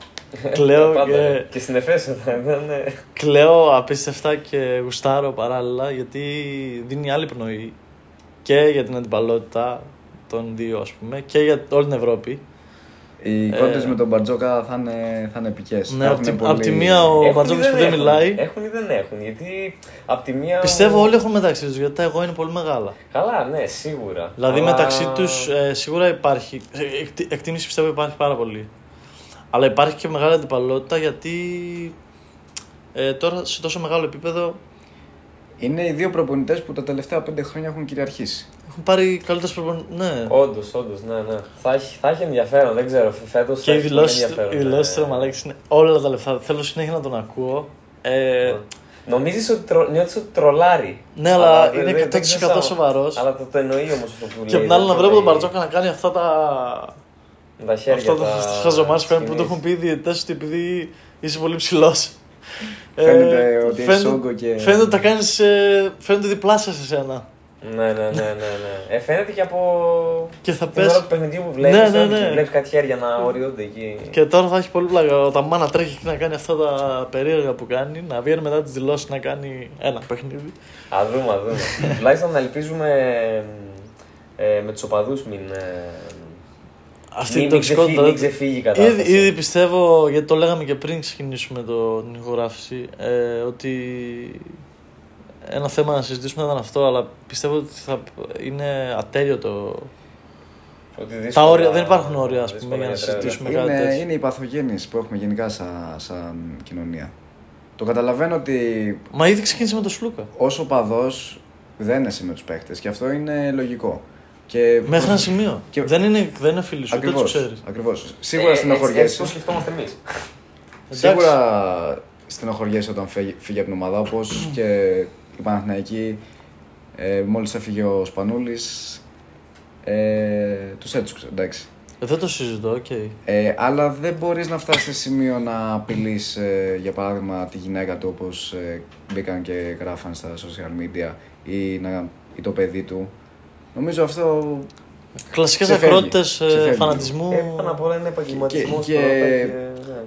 A: Κλαίω
B: Πάντα, ναι.
A: και.
B: Και στην Εφέσο θα ήταν.
A: Κλαίω απίστευτα και γουστάρω παράλληλα γιατί δίνει άλλη πνοή και για την αντιπαλότητα των δύο ας πούμε και για όλη την Ευρώπη.
C: Οι κόντρες με τον Μπαρτζόκα θα είναι, θα είναι επικές.
A: Ε. Ναι,
C: Θα
A: απ' τη-
C: έχουν
A: απ' τη
C: πολύ-
A: μία ο-
B: Έχουν ή
A: Μπαρτζόκας που δεν
B: έχουν.
A: μιλάει.
B: Έχουν ή δεν έχουν. Γιατί απ' τη μία.
A: Πιστεύω όλοι έχουν μεταξύ τους γιατί τα εγώ είναι πολύ μεγάλα.
B: Καλά, ναι, σίγουρα.
A: Δηλαδή
B: Αλλά-
A: μεταξύ τους ε, σίγουρα υπάρχει, ε, εκτι- εκτίμηση πιστεύω υπάρχει πάρα πολύ. Αλλά υπάρχει και μεγάλη αντιπαλότητα γιατί ε, τώρα σε τόσο μεγάλο επίπεδο
C: Είναι οι δύο προπονητές που τα τελευταία πέντε χρόνια έχουν κυριαρχήσει.
A: έχουν πάρει καλύτερες προπονητές. Ναι.
B: Όντως, όντως, ναι, ναι. Θα έχει, θα έχει ενδιαφέρον, δεν ξέρω. Φέτος
A: Και οι δηλώσει του
B: ναι.
A: οι δηλώσεις του Ρωμαλάκης είναι όλα τα λεφτά. Θέλω συνέχεια να τον ακούω. Ε,
B: Νομίζεις ότι τρο... νιώθεις ότι τρολάρει. ε,
A: Ναι, αλλά
B: δεν-
A: είναι
B: δεν- δεν
A: 100%
B: ξέρω.
A: σοβαρός.
B: Αλλά το, το εννοεί όμως αυτό που λέει.
A: και απ' την άλλη να
B: δεν
A: βλέπω τον
B: λέει
A: Μπαρτζόκα να κάνει αυτά τα.
B: με Τα ναι. χέρια.
A: αυτά τα, τα... χαζομάρε που
B: σκηνής.
A: του έχουν πει οι διαιτητές ότι επειδή είσαι πολύ ψηλός.
C: Φαίνεται
A: Ε,
C: ότι έχεις
A: φαίνεται-
C: όγκο και.
A: Φαίνεται ότι τα κάνεις, ε, φαίνονται διπλά σε εσένα.
B: Ναι, ναι, ναι, ναι. ναι. Ε, φαίνεται και από.
A: Και θα
B: την
A: πες-
B: ώρα του παιχνιδιού που βλέπεις.
A: Ναι, ναι, ναι.
B: Βλέπεις κάτι χέρια να οριούνται εκεί.
A: Και τώρα θα έχει πολύ πλάκα. Όταν μάνα τρέχει και να κάνει αυτά τα περίεργα που κάνει, να βγαίνει μετά τις δηλώσεις να κάνει ένα παιχνίδι.
B: Α δούμε, α δούμε. Τουλάχιστον να ελπίζουμε ε, με τους οπαδούς μην. ε,
A: Αυτή
B: μην,
A: η
B: μην ξεφύγει,
A: τοξικότητα.
B: μην
A: δεν-
B: ξεφύγει η
A: Ήδη,
B: κατάσταση.
A: ήδη πιστεύω, γιατί το λέγαμε και πριν ξεκινήσουμε το, την ηχογράφηση, ε, ότι ένα θέμα να συζητήσουμε ήταν αυτό, αλλά πιστεύω ότι θα είναι ατέλειο το.
B: Ότι δύσκολα-
A: όρια- δεν υπάρχουν όρια, ας πούμε,
B: δύσκολα
A: για να
B: γιατρεύονται.
A: συζητήσουμε. μεγάλο
C: Είναι,
A: τέτοιο.
C: είναι οι παθογένειε που έχουμε γενικά σαν, σαν κοινωνία. Το καταλαβαίνω ότι
A: Μα ήδη ξεκίνησε με τον Σλούκα.
C: ω παδός δεν είναι με τους παίχτε και αυτό είναι λογικό. Και...
A: Μέχρι ένα σημείο.
C: Και-
A: Δεν είναι, δεν είναι φίλοι σου, δεν του
C: Ακριβώ.
A: ξέρεις.
C: Ακριβώς. Σίγουρα
B: Ε, Έτσι,
C: στενοχωριέσαι.
B: έτσι το σκεφτόμαστε εμεί.
C: Σίγουρα στενοχωριέσαι όταν φύγει, φύγει από την ομάδα, όπω και η Παναθηναϊκή. Ε, Μόλι έφυγε ο Σπανούλη, ε, του έτσουξε. Εντάξει.
A: Δεν το συζητώ, οκ.
C: Ε, αλλά δεν μπορείς να φτάσεις σε σημείο να απειλεί, για παράδειγμα, τη γυναίκα του όπως ε, μπήκαν και γράφαν στα social media ή, να, ή το παιδί του. Νομίζω αυτό
A: Κλασικές
C: Ξεφεύγει.
A: ακρότητε
C: Ξεφεύγει.
A: φανατισμού.
B: Ε, πάνω απ' όλα είναι επαγγελματισμός.
C: Και- και-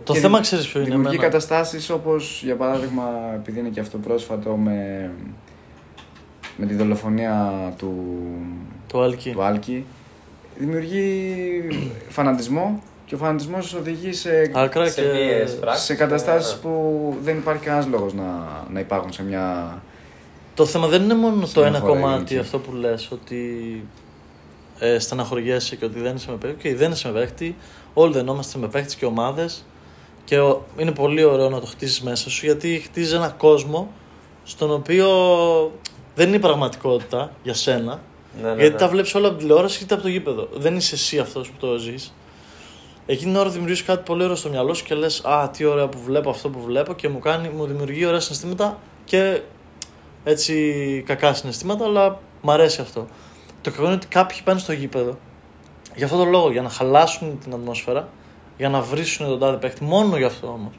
A: Το
C: Και
A: θέμα
C: δη-
A: ξέρεις ποιο είναι.
C: Δημιουργεί
A: εμένα.
C: καταστάσεις όπως για παράδειγμα επειδή είναι και αυτό πρόσφατο με, με τη δολοφονία του,
A: Το Άλκη.
C: του Άλκη δημιουργεί φανατισμό και ο φανατισμός οδηγεί σε,
A: Άκρα
B: σε
A: και.
B: βίαιες πράξεις.
C: σε
B: πράξεις,
C: καταστάσεις
B: ναι.
C: που δεν υπάρχει κανένας λόγος να, να υπάρχουν σε μια...
A: Το θέμα δεν είναι μόνο το ένα
C: Στεναχωρεί,
A: κομμάτι
C: έτσι.
A: αυτό που λες, ότι ε, στεναχωριέσαι και ότι δεν είσαι με παίκτη. Και δεν είσαι με παίκτη. Όλοι δεν είμαστε με παίκτη και ομάδες. Και ο- είναι πολύ ωραίο να το χτίσει μέσα σου γιατί χτίζεις ένα κόσμο στον οποίο δεν είναι η πραγματικότητα για σένα.
B: Ναι, ναι,
A: γιατί
B: ναι.
A: τα βλέπεις όλα από την τηλεόραση είτε από το γήπεδο. Δεν είσαι εσύ αυτός που το ζεις. Εκείνη την ώρα δημιουργείς κάτι πολύ ωραίο στο μυαλό σου και λες: Α, τι ωραία που βλέπω αυτό που βλέπω και μου, κάνει, μου δημιουργεί ωραία συναισθήματα και έτσι κακά συναισθήματα, αλλά μ' αρέσει αυτό. Το κακό είναι ότι κάποιοι πάνε στο γήπεδο για αυτόν τον λόγο, για να χαλάσουν την ατμόσφαιρα, για να βρίσουν τον τάδε παίχτη, μόνο γι' αυτό όμως.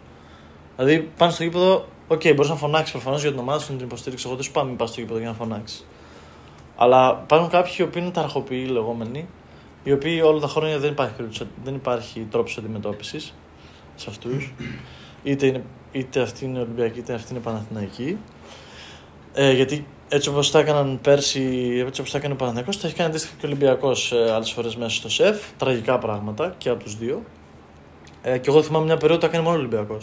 A: Δηλαδή πάνε στο γήπεδο, οκ, okay, μπορείς να φωνάξεις προφανώς για την ομάδα σου, να την υποστήριξη. Εγώ δεν σου πάω, μην πας στο γήπεδο για να φωνάξεις. Αλλά υπάρχουν κάποιοι οι οποίοι είναι ταραχοποιοί λεγόμενοι, οι οποίοι όλα τα χρόνια δεν υπάρχει, δεν υπάρχει τρόπος αντιμετώπισης σε αυτούς. Είτε, είναι, είτε αυτή είναι Ολυμπιακή, είτε αυτή είναι Παναθηναϊκή. Ε, γιατί έτσι όπως τα έκαναν πέρσι, έτσι όπως τα έκανε ο Παναθηναϊκός, τα έχει κάνει αντίστοιχα και ο Ολυμπιακός ε, άλλες φορές μέσα στο σεφ. Τραγικά πράγματα και από τους δύο. Ε, και εγώ θυμάμαι μια περίοδο τα έκανε μόνο ο Ολυμπιακός.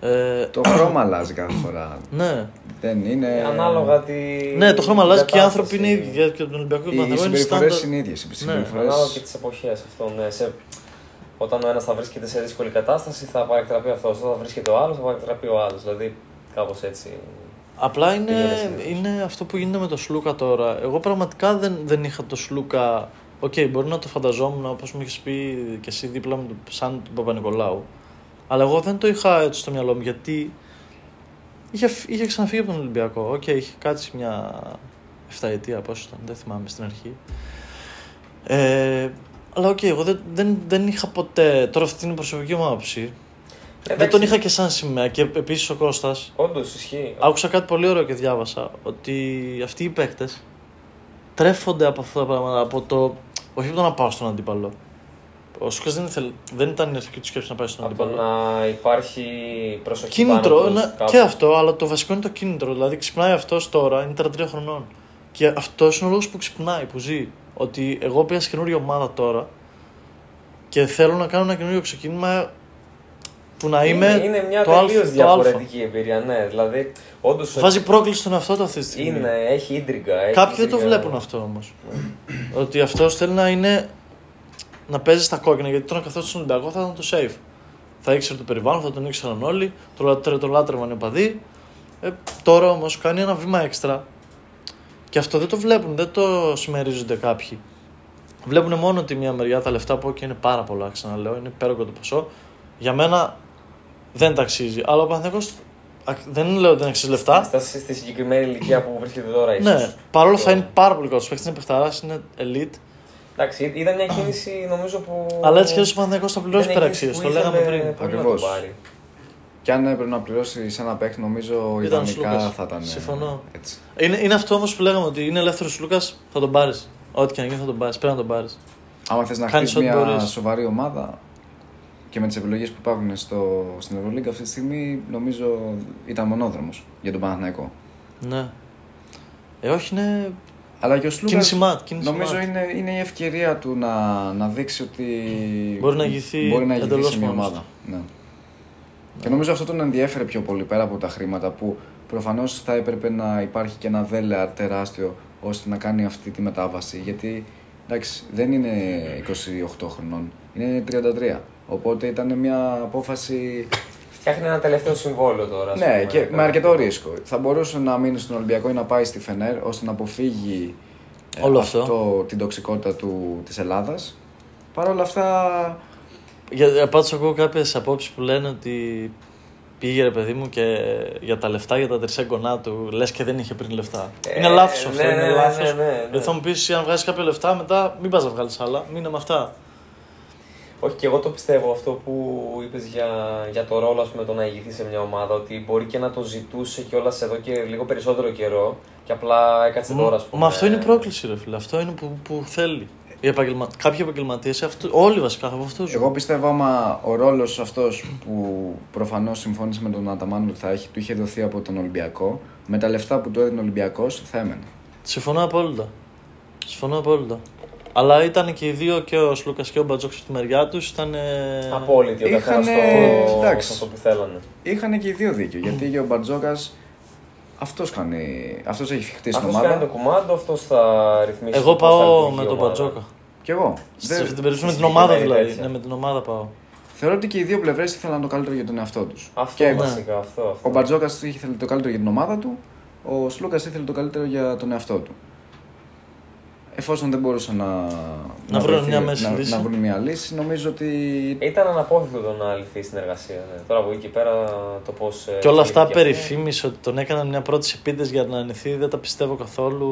B: Ναι.
A: Ε,
C: Το χρώμα αλλάζει κάθε φορά.
A: ναι.
C: Δεν είναι...
B: Ανάλογα τη.
A: ναι, το χρώμα αλλάζει και οι
B: κατάσταση.
A: άνθρωποι είναι ίδιοι. Γιατί και από τον Ολυμπιακό και τον
C: Οι
A: Παναθηναϊκό είναι
C: συμπεριφορές
A: στάνταρ. Ναι,
C: είναι ίδιες. Οι συμπεριφορές-
B: Ανάλογα και τις εποχές αυτό. Ναι. Σε... Όταν ο ένας θα βρίσκεται σε δύσκολη κατάσταση, θα παρεκτραπεί αυτός. Όταν θα βρίσκεται ο άλλος, θα παρεκτραπεί ο άλλος. Δηλαδή, κάπως έτσι.
A: Απλά είναι,
B: Πήγαινε συνήθως.
A: είναι αυτό που γίνεται με το Σλούκα τώρα. Εγώ πραγματικά δεν, δεν είχα το Σλούκα. Οκ, μπορεί να το φανταζόμουν όπως μου είχες πει και εσύ δίπλα μου, σαν τον Παπα-Νικολάου. Αλλά εγώ δεν το είχα έτσι στο μυαλό μου γιατί είχε, φ- είχε ξαναφύγει από τον Ολυμπιακό. Οκ, είχε κάτσει μια 7 ετία, πόσο ήταν, δεν θυμάμαι στην αρχή. Ε, αλλά οκ, εγώ δεν, δεν, δεν είχα ποτέ. Τώρα αυτή είναι η προσωπική μου άποψη. Δεν τον είχα και σαν σημαία και επίσης ο Κώστας
B: Όντως ισχύει.
A: Άκουσα κάτι πολύ ωραίο και διάβασα ότι αυτοί οι παίκτες τρέφονται από αυτά τα πράγματα. Από το. Όχι από το να πάω στον αντίπαλο. Ο Σούκα δεν, ήθελε- δεν ήταν η αρχική του σκέψη να πάει στον
B: Από το
A: αντίπαλο.
B: να υπάρχει προσοχή. πάνω
A: λοιπόν. Κίνητρο,
B: τους,
A: ναι,
B: κάπου.
A: και αυτό, αλλά το βασικό είναι το κίνητρο. Δηλαδή ξυπνάει αυτός τώρα, είναι 33 χρονών. Και αυτός είναι ο λόγος που ξυπνάει, που ζει. Ότι εγώ πήγα σε καινούργια ομάδα τώρα και θέλω να κάνω ένα καινούριο ξεκίνημα που να είμαι.
B: είναι, είναι μια
A: το α-
B: τελείως
A: το α.
B: διαφορετική εμπειρία. Ναι, δηλαδή, όντως.
A: Βάζει πρόκληση στον εαυτό του αυτή τη στιγμή.
B: Είναι, έχει ίντριγκα. έχει
A: Κάποιοι δεν το
B: ίντριγκα.
A: βλέπουν αυτό όμως. ότι αυτός θέλει να είναι. να παίζει στα κόκκινα γιατί τώρα καθόλου στον Ολυμπιακό θα ήταν το safe. Θα ήξερε το περιβάλλον, θα τον ήξεραν όλοι, το, λάτρε, το λάτρευαν οι οπαδοί. Ε, τώρα όμως κάνει ένα βήμα έξτρα. Και αυτό δεν το βλέπουν, δεν το συμμερίζονται κάποιοι. Βλέπουν μόνο τη μία μεριά τα λεφτά που και είναι πάρα πολλά, ξαναλέω, είναι υπέροχο το ποσό. Για μένα δεν ταξίζει. Αλλά ο Παναθηναϊκός ακ- δεν λέω ότι δεν αξίζει λεφτά.
B: Στα- Στη συγκεκριμένη ηλικία που βρίσκεται τώρα, ίσως.
A: Ναι, παρόλο
B: Ε.
A: που θα είναι πάρα πολύ καλός παίχτη, είναι παιχταράς, είναι elite.
B: Εντάξει, ήταν μια κίνηση νομίζω που.
A: Αλλά έτσι και αλλιώς ο Παναθηναϊκός θα πληρώσει
B: Ήταν μια κίνηση
A: υπεραξίε.
B: που
A: Το λέγαμε
B: ήθελε
A: πριν.
B: πολύ να
C: Ακριβώς.
B: την πάρει.
C: Κι αν έπρεπε να πληρώσει σε ένα παίκτη, νομίζω
A: Ήταν ο
C: ιδανικά
A: Σλούκας.
C: θα ήταν. ε,
A: Συμφωνώ.
C: Έτσι.
A: Είναι, είναι αυτό όμως που λέγαμε ότι είναι ελεύθερος ο Λούκας, θα τον πάρεις. Ό,τι και να γίνει θα τον πάρεις. Πρέπει να τον πάρεις.
C: Άμα θες να
A: Κάνεις
C: χτίσεις μια
A: ό,τι μπορείς.
C: σοβαρή ομάδα και με τις επιλογές που υπάρχουν στο, στην Ευρωλίγκα αυτή τη στιγμή, νομίζω ήταν μονόδρομος για τον Παναθηναϊκό.
A: Ναι. Ε, όχι, είναι.
C: Αλλά και ο Σλούκα.
A: Κίνηση ματ, κίνηση
C: Νομίζω
A: ματ.
C: είναι, είναι η ευκαιρία του να, να δείξει ότι.
A: Μπορεί να ηγηθεί
C: μπορεί να ηγηθεί
A: εντελώς
C: σε μια
A: μόνος
C: ομάδα. Ναι. Και νομίζω αυτό τον ενδιέφερε πιο πολύ πέρα από τα χρήματα που προφανώς θα έπρεπε να υπάρχει και ένα δέλεαρ τεράστιο ώστε να κάνει αυτή τη μετάβαση. Γιατί εντάξει, δεν είναι 28 χρονών, είναι 33. Οπότε ήταν μια απόφαση
B: Φτιάχνει ένα τελευταίο συμβόλαιο τώρα. ας
C: ναι,
B: πούμε,
A: ε,
C: και
B: κάτι.
C: με αρκετό ρίσκο. Θα μπορούσε να μείνει στον Ολυμπιακό ή να πάει στη Φενέρ ώστε να αποφύγει ε,
A: Όλο αυτό.
C: την τοξικότητα του, της Ελλάδας. Παρ' όλα αυτά,
A: Για, ε, πάντως ακούω κάποιες απόψεις που λένε ότι πήγε ρε παιδί μου και για τα λεφτά, για τα τρισέγγονά του, λες και δεν είχε πριν λεφτά.
B: Ε,
A: είναι λάθος αυτό,
B: ναι,
A: είναι
B: ναι, ναι,
A: λάθος.
B: ναι, ναι, ναι.
A: Δεν θα μου πεις αν βγάζεις κάποια λεφτά μετά μην πας να βγάλεις άλλα, μείνε με αυτά.
B: Όχι, και εγώ το πιστεύω αυτό που είπες για, για το ρόλο ας πούμε, το να ηγηθεί σε μια ομάδα. Ότι μπορεί και να το ζητούσε κιόλας εδώ και λίγο περισσότερο καιρό. Και απλά έκατσε τώρα, ας πούμε.
A: Μα αυτό είναι η πρόκληση ρε φίλε, αυτό είναι που, που θέλει. Οι επαγγελμα... Κάποιοι επαγγελματίες, αυτού... όλοι βασικά από αυτούς.
C: εγώ πιστεύω άμα ο ρόλος αυτός που προφανώς συμφώνησε με τον Αταμάν ότι θα έχει, του είχε δοθεί από τον Ολυμπιακό, με τα λεφτά που του έδινε ο Ολυμπιακός θα έμενε.
A: Συμφωνώ απόλυτα. Συμφωνώ απόλυτα. Αλλά ήταν και οι δύο και ο Σλούκας και ο Μπατζόξ στη μεριά τους, ήταν... ε,
B: Απόλυτη ο καθένας
C: Είχανε-
B: στο,
C: εντάξει.
B: στο αυτό που θέλανε.
C: Είχαν και οι δύο δίκιο, γιατί και ο Μπαρτζόκας αυτός, κάνει, αυτός έχει χτίσει την
B: Αυτό κάνει το
C: ομάδα.
B: κουμάντο, αυτός θα ρυθμίσει.
A: Εγώ
B: πώς θα
A: πάω
B: λειτουργεί
A: με
B: η
A: τον
B: ομάδα.
A: Μπατζόκα.
C: Κι εγώ.
A: Σε
C: Δεν-
A: αυτή την περίπτωση με την
B: συγκεκριμένη
A: ομάδα δηλαδή.
B: τέτοια.
A: Ναι, με την ομάδα πάω.
C: Θεωρώ ότι και οι δύο πλευρές ήθελαν το καλύτερο για τον εαυτό τους.
B: Αυτό
C: Και
B: βασικά. Αυτό, αυτό.
C: ο Μπαρτζόκα ήθελε το καλύτερο για την ομάδα του, ο Σλούκας ήθελε το καλύτερο για τον εαυτό του. Εφόσον δεν μπορούσαν να, να,
A: βρουν
C: βρεθεί-
A: μια μέση
C: να,
A: λύση.
C: να βρουν μια λύση, νομίζω ότι.
B: Ήταν αναπόφευκτο το να λυθεί η συνεργασία. Ναι. Τώρα από εκεί και πέρα το ε, πώ.
A: Και όλα αυτά περί φήμης ότι τον έκαναν μια πρώτη σε πίτες για να ανηθεί δεν τα πιστεύω καθόλου.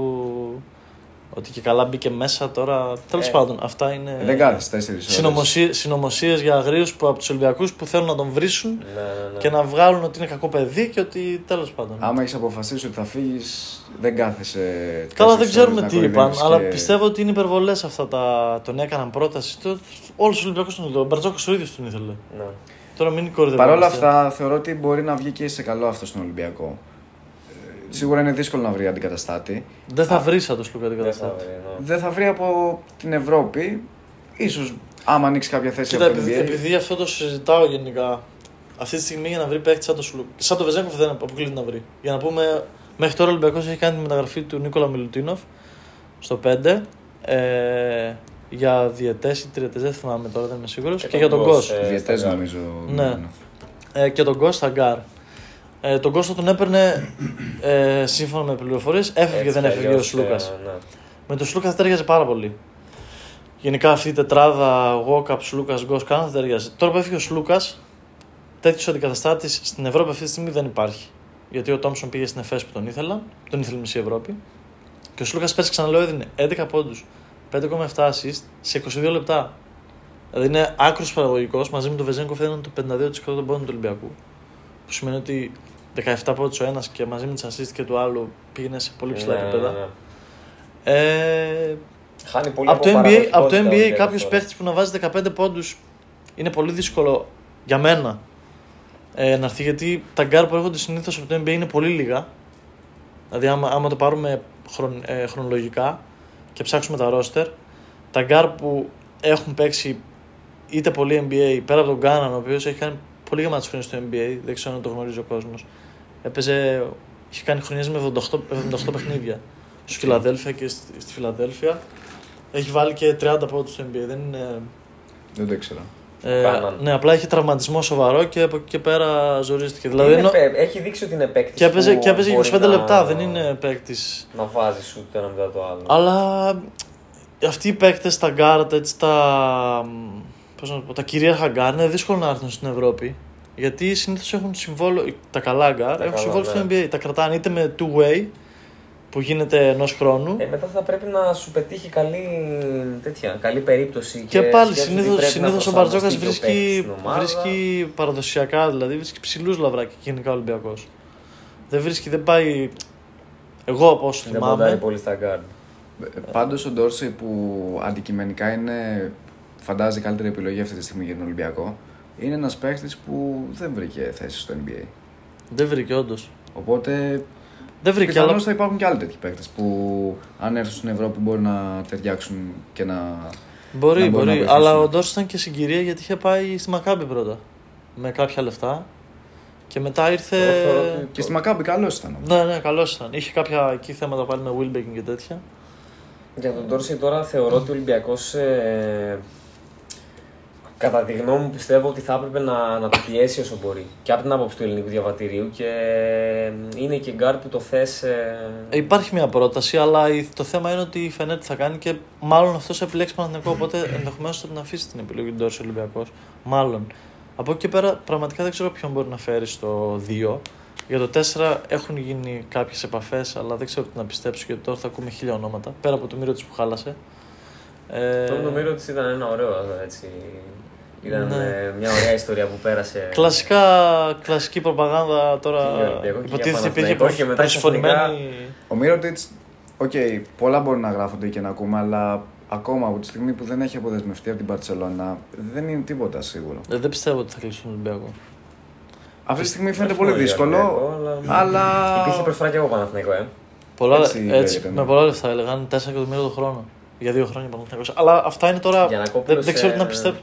A: Ότι και καλά μπήκε μέσα τώρα. Τέλος πάντων, αυτά είναι.
C: δεν κάθεσαι τέσσερις ώρες.
A: Συνωμοσίες για αγρίους από τους Ολυμπιακούς που θέλουν να τον βρίσουν
B: Ναι, ναι, ναι.
A: και να βγάλουν ότι είναι κακό παιδί και ότι τέλος πάντων.
C: Άμα έχεις αποφασίσει ότι θα φύγεις, δεν κάθεσαι.
A: Καλά, δεν
C: τέσσερις ώρες
A: ξέρουμε
C: να
A: τι
C: κοροϊδεύεις
A: είπαν,
C: και-
A: αλλά πιστεύω ότι είναι υπερβολές αυτά τα. Τον έκαναν πρόταση. Όλους τους Ολυμπιακούς τον ήθελε. Ο Μπαρτζόκος ο ίδιος τον ήθελε.
B: Ναι.
A: Τώρα μην κορυδεύουμε.
C: Παρ' όλα αυτά, θεωρώ ότι μπορεί να βγει και σε καλό αυτό στον Ολυμπιακό. Ε, Σίγουρα είναι δύσκολο να βρει αντικαταστάτη.
A: Δεν θα βρεις σαν το Σλούκα την
B: Δεν θα
A: καταστάτη.
B: βρει, ναι.
C: Δεν θα βρει από την Ευρώπη. ίσως άμα ανοίξει κάποια θέση
A: Κοίτα,
C: από την
A: επειδή,
C: NBA.
A: επειδή αυτό το συζητάω γενικά, αυτή τη στιγμή για να βρει παίχτη σαν το Σλουκ. Σαν το Βεζέγκοφ δεν αποκλείται να βρει. Για να πούμε, μέχρι τώρα ο Ολυμπιακός έχει κάνει τη μεταγραφή του Νίκολα Μιλουτίνοφ στο 5. Ε, για διαιτές ή τριετές, δεν θυμάμαι τώρα, δεν είμαι σίγουρος. Και, για τον Κος.
B: ε,
C: Διαιτές
B: στα Γκάρ.
C: νομίζω.
A: Ναι. Ε, και τον Κώστα Γκάρ. Ε, τον Κώστα τον έπαιρνε ε, σύμφωνα με πληροφορίες, έφευγε,
B: Έτσι
A: δεν
B: κι
A: έφευγε ο
B: αλλιώς,
A: Σλούκας.
B: ε, ναι.
A: Με τον Σλούκα θα τέριαζε πάρα πολύ. Γενικά αυτή η τετράδα Γόκαπ, Σλούκα, Γκοσκάν θα τέριαζε. Τώρα που έφυγε ο Σλούκας, τέτοιος αντικαταστάτης στην Ευρώπη αυτή τη στιγμή δεν υπάρχει. Γιατί ο Τόμσον πήγε στην Εφέση που τον ήθελα, τον ήθελε μισή Ευρώπη. Και ο Σλούκας πέρσι ξαναλέω έδινε 11 πόντου, 5,7 assist σε 22 λεπτά. Δηλαδή είναι άκρος παραγωγικός μαζί με τον Βεζέγκοφ έδιναν το 52% των πόντων του Ολυμπιακού. Που σημαίνει ότι 17 πόντου ο ένας και μαζί με τις assist και του άλλου πήγαινε σε πολύ ψηλά
B: Ναι, ναι,
A: επίπεδα.
B: ναι.
A: Ε,
B: Χάνει πολύ
A: από το NBA,
B: παραγωγικότητα
A: από το
B: ο
A: NBA
B: Γκέρος
A: κάποιος
B: τώρα.
A: παίχτης που να βάζει 15 πόντους είναι πολύ δύσκολο για μένα ε, να έρθει γιατί τα γκάρ που έρχονται συνήθως από το NBA είναι πολύ λίγα. Δηλαδή, άμα, άμα το πάρουμε χρον, ε, χρονολογικά και ψάξουμε τα ρόστερ, τα γκάρ που έχουν παίξει είτε πολύ NBA πέρα από τον Γκάναν, ο οποίος έχει κάνει πολύ γεμάτη χρονιά στο NBA, δεν ξέρω αν το γνωρίζει ο κόσμος. Έπαιζε, είχε κάνει χρονιές με 78, 78 παιχνίδια στη Φιλαδέλφια και στη, στη Φιλαδέλφια. Έχει βάλει και 30 πόντους στο NBA. Δεν είναι.
C: Δεν το ήξερα.
A: Ε,
B: Κάναν.
A: ναι, απλά είχε τραυματισμό σοβαρό και από εκεί και πέρα ζορίστηκε. Δηλαδή,
B: Είναι
A: ενώ-
B: παι- Έχει δείξει ότι είναι παίκτης.
A: και έπαιζε, και έπαιζε 25 λεπτά, δεν είναι παίκτης.
B: Να βάζει σου το ένα μετά το άλλο.
A: Αλλά ε, αυτοί οι παίκτες, τα γκάρτ, έτσι, τα, μ, πώς να το πω, τα κυρίαρχα γκάρ είναι δύσκολο να έρθουν στην Ευρώπη. Γιατί συνήθως έχουν συμβόλαιο. Τα καλά γκάρ
B: Τα
A: έχουν
B: καλά,
A: συμβόλαιο
B: ναι.
A: στο NBA. Τα κρατάνε είτε με two-way που γίνεται ενός χρόνου.
B: Ε, μετά θα πρέπει να σου πετύχει καλή, τέτοια, καλή περίπτωση.
A: Και, πάλι
B: σκέψου τι
A: συνήθως
B: πρέπει να
A: συνήθως ο
B: προσαρμοστεί
A: Μπαρτζόκα
B: και ο παίκτης
A: βρίσκει,
B: στην ομάδα.
A: βρίσκει παραδοσιακά, δηλαδή βρίσκει ψηλούς λαβράκια γενικά ο Ολυμπιακός. Δεν βρίσκει, δεν πάει. Εγώ από όσο
B: Δεν μοντάρει
A: θυμάμαι.
B: πολύ στα γκάρντ.
C: Πάντω Ε, ο Ντόρση που αντικειμενικά είναι, φαντάζει η καλύτερη επιλογή αυτή τη στιγμή για τον Ολυμπιακό, είναι ένας παίκτης που δεν βρήκε θέση στο NBA.
A: Δεν βρήκε, όντως.
C: Οπότε
A: Δεν βρήκε,
C: πιθανώς
A: αλλά
C: θα υπάρχουν και άλλοι τέτοιοι παίκτες που αν έρθουν στην Ευρώπη μπορεί να ταιριάξουν και να.
A: μπορεί,
C: να μπορούν να
A: μπορεί.
C: βοηθήσουν.
A: Αλλά ο Ντόρσης ήταν και συγκυρία γιατί είχε πάει στη Μακάμπη πρώτα. Με κάποια λεφτά. Και μετά ήρθε.
B: Εγώ θεωρώ ότι-
C: Και στη Μακάμπη καλός ήταν. όμως.
A: Ναι, ναι, καλός ήταν. Είχε κάποια εκεί θέματα πάλι με Wilbekin και τέτοια.
B: Για τον Τόρση τώρα θεωρώ ότι ο Ολυμπιακός ε, κατά τη γνώμη μου πιστεύω ότι θα έπρεπε να, να το πιέσει όσο μπορεί και από την άποψη του ελληνικού διαβατηρίου και ε, είναι και γκάρ που το θες ε,
A: Ε, Υπάρχει μια πρόταση, αλλά η- το θέμα είναι ότι η Φενέρ τι θα κάνει και μάλλον αυτός θα επιλέξει Παναθηναϊκό. Οπότε ενδεχομένως θα την αφήσει την επιλογή του Ντόρση Ολυμπιακός. Μάλλον. Από εκεί και πέρα, πραγματικά δεν ξέρω ποιον μπορεί να φέρει στο 2. Για το 4 έχουν γίνει κάποιες επαφές, αλλά δεν ξέρω τι να πιστέψω γιατί τώρα θα ακούμε χίλια ονόματα. Πέρα από το μύρο της που χάλασε. Ε,
B: Το νομίζω ότι ήταν ένα ωραίο έτσι. Ήταν
A: Ναι.
B: ε, μια ωραία ιστορία που πέρασε.
A: Κλασικά, κλασική προπαγάνδα τώρα.
B: Και για Ολυμπιακό και για
A: Υποτίθεται υπήρχε
B: Παναθηναϊκό και
A: προ-
B: μετά
A: προσφωνημένη.
C: Ο Μύροντιτ, οκ, πολλά μπορεί να γράφονται και να ακούμε, αλλά ακόμα από τη στιγμή που δεν έχει αποδεσμευτεί από την Παρσελώνα, δεν είναι τίποτα σίγουρο.
A: Ε, Δεν πιστεύω ότι θα κλείσουν τον Ολυμπιακό.
C: Αυτή τη στιγμή φαίνεται
B: Όχι
C: πολύ
B: μόνο για
C: δύσκολο,
B: Ολυμπιακό, ναι, αλλά-
C: αλλά.
B: Υπήρχε προσφορά και εγώ Παναθηναϊκό, ε.
A: Πολλά,
C: Έτσι
A: έτσι,
C: λέγεται, ναι.
A: με πολλά λεφτά έλεγαν 4 εκατομμύρια το χρόνο. Για δύο χρόνια Παναθηναϊκός. Αλλά αυτά είναι τώρα.
B: Για να κόπουλος,
A: Δεν, δεν ξέρω τι να
B: ε,
A: πιστέψω.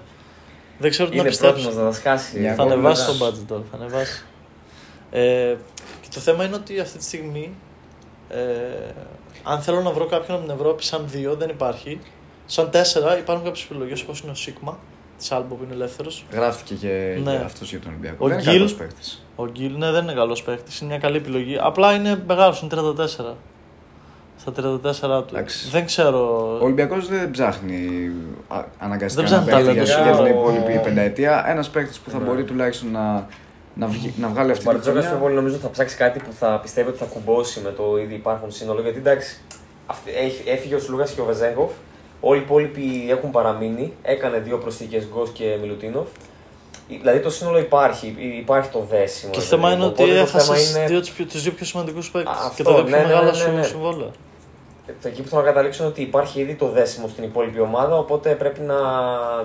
A: Δεν ξέρω τι να
B: Είναι
A: πιστέψω.
B: πρόθυμος να τα σκάσει.
C: Μια
A: Θα
C: ακόμη
A: ανεβάσει
C: μετά.
A: τον budget τώρα. Θα ανεβάσει. Ε, και το θέμα είναι ότι αυτή τη στιγμή. Ε, αν θέλω να βρω κάποιον από την Ευρώπη σαν δύο, δεν υπάρχει. Σαν τέσσερα υπάρχουν κάποιες επιλογές όπως είναι ο Σίγμα της Άλμπο που είναι ελεύθερος.
C: Γράφτηκε και
A: Ναι.
C: για αυτός για τον Ολυμπιακό.
A: Ο
C: δεν είναι
A: Γκίλ-
C: καλός παίκτης.
A: Ο Γκίλ ναι, δεν είναι καλός παίχτη, είναι μια καλή επιλογή. Απλά είναι μεγάλος, είναι 34. Στα 34 του.
C: Εντάξει.
A: Δεν ξέρω.
C: Ο Ολυμπιακός δεν ψάχνει α, αναγκαστικά
A: Δεν
C: να
A: ψάχνει Ναι.
C: παίκτη για,
A: ταλέντα.
C: για την
B: Ο-
C: υπόλοιπη πενταετία. Ένας παίκτης που θα
B: Ναι.
C: μπορεί τουλάχιστον να, να, βγει- να βγάλει
B: Ο
C: αυτή τη
B: Μπαρτζόκα πιο
C: χρονιά.
B: πολύ νομίζω θα ψάξει κάτι που θα πιστεύει ότι θα κουμπώσει με το ήδη υπάρχον σύνολο. Γιατί εντάξει, αυτοί- έχ- έφυγε ο Σλούγας και ο Βεζέγκοφ. Όλοι οι υπόλοιποι έχουν παραμείνει. Έκανε δύο προσθήκες Γκο και Μιλουτίνοφ. Δηλαδή το σύνολο υπάρχει, υ- υπάρχει το δέσιμο.
A: Το
B: ρε
A: θέμα
B: παιδί
A: είναι
B: μου.
A: ότι
B: λοιπόν, Οπότε το θέμα
A: έχασε
B: είναι-
A: είναι... τους δύο πιο σημαντικούς παίκτες
B: Αυτό,
A: και τα δύο
B: ναι,
A: πιο
B: ναι,
A: μεγάλα
B: ναι, ναι.
A: σου συμβόλαια.
B: Το εκεί που θέλω να καταλήξω είναι ότι υπάρχει ήδη το δέσιμο στην υπόλοιπη ομάδα, οπότε πρέπει να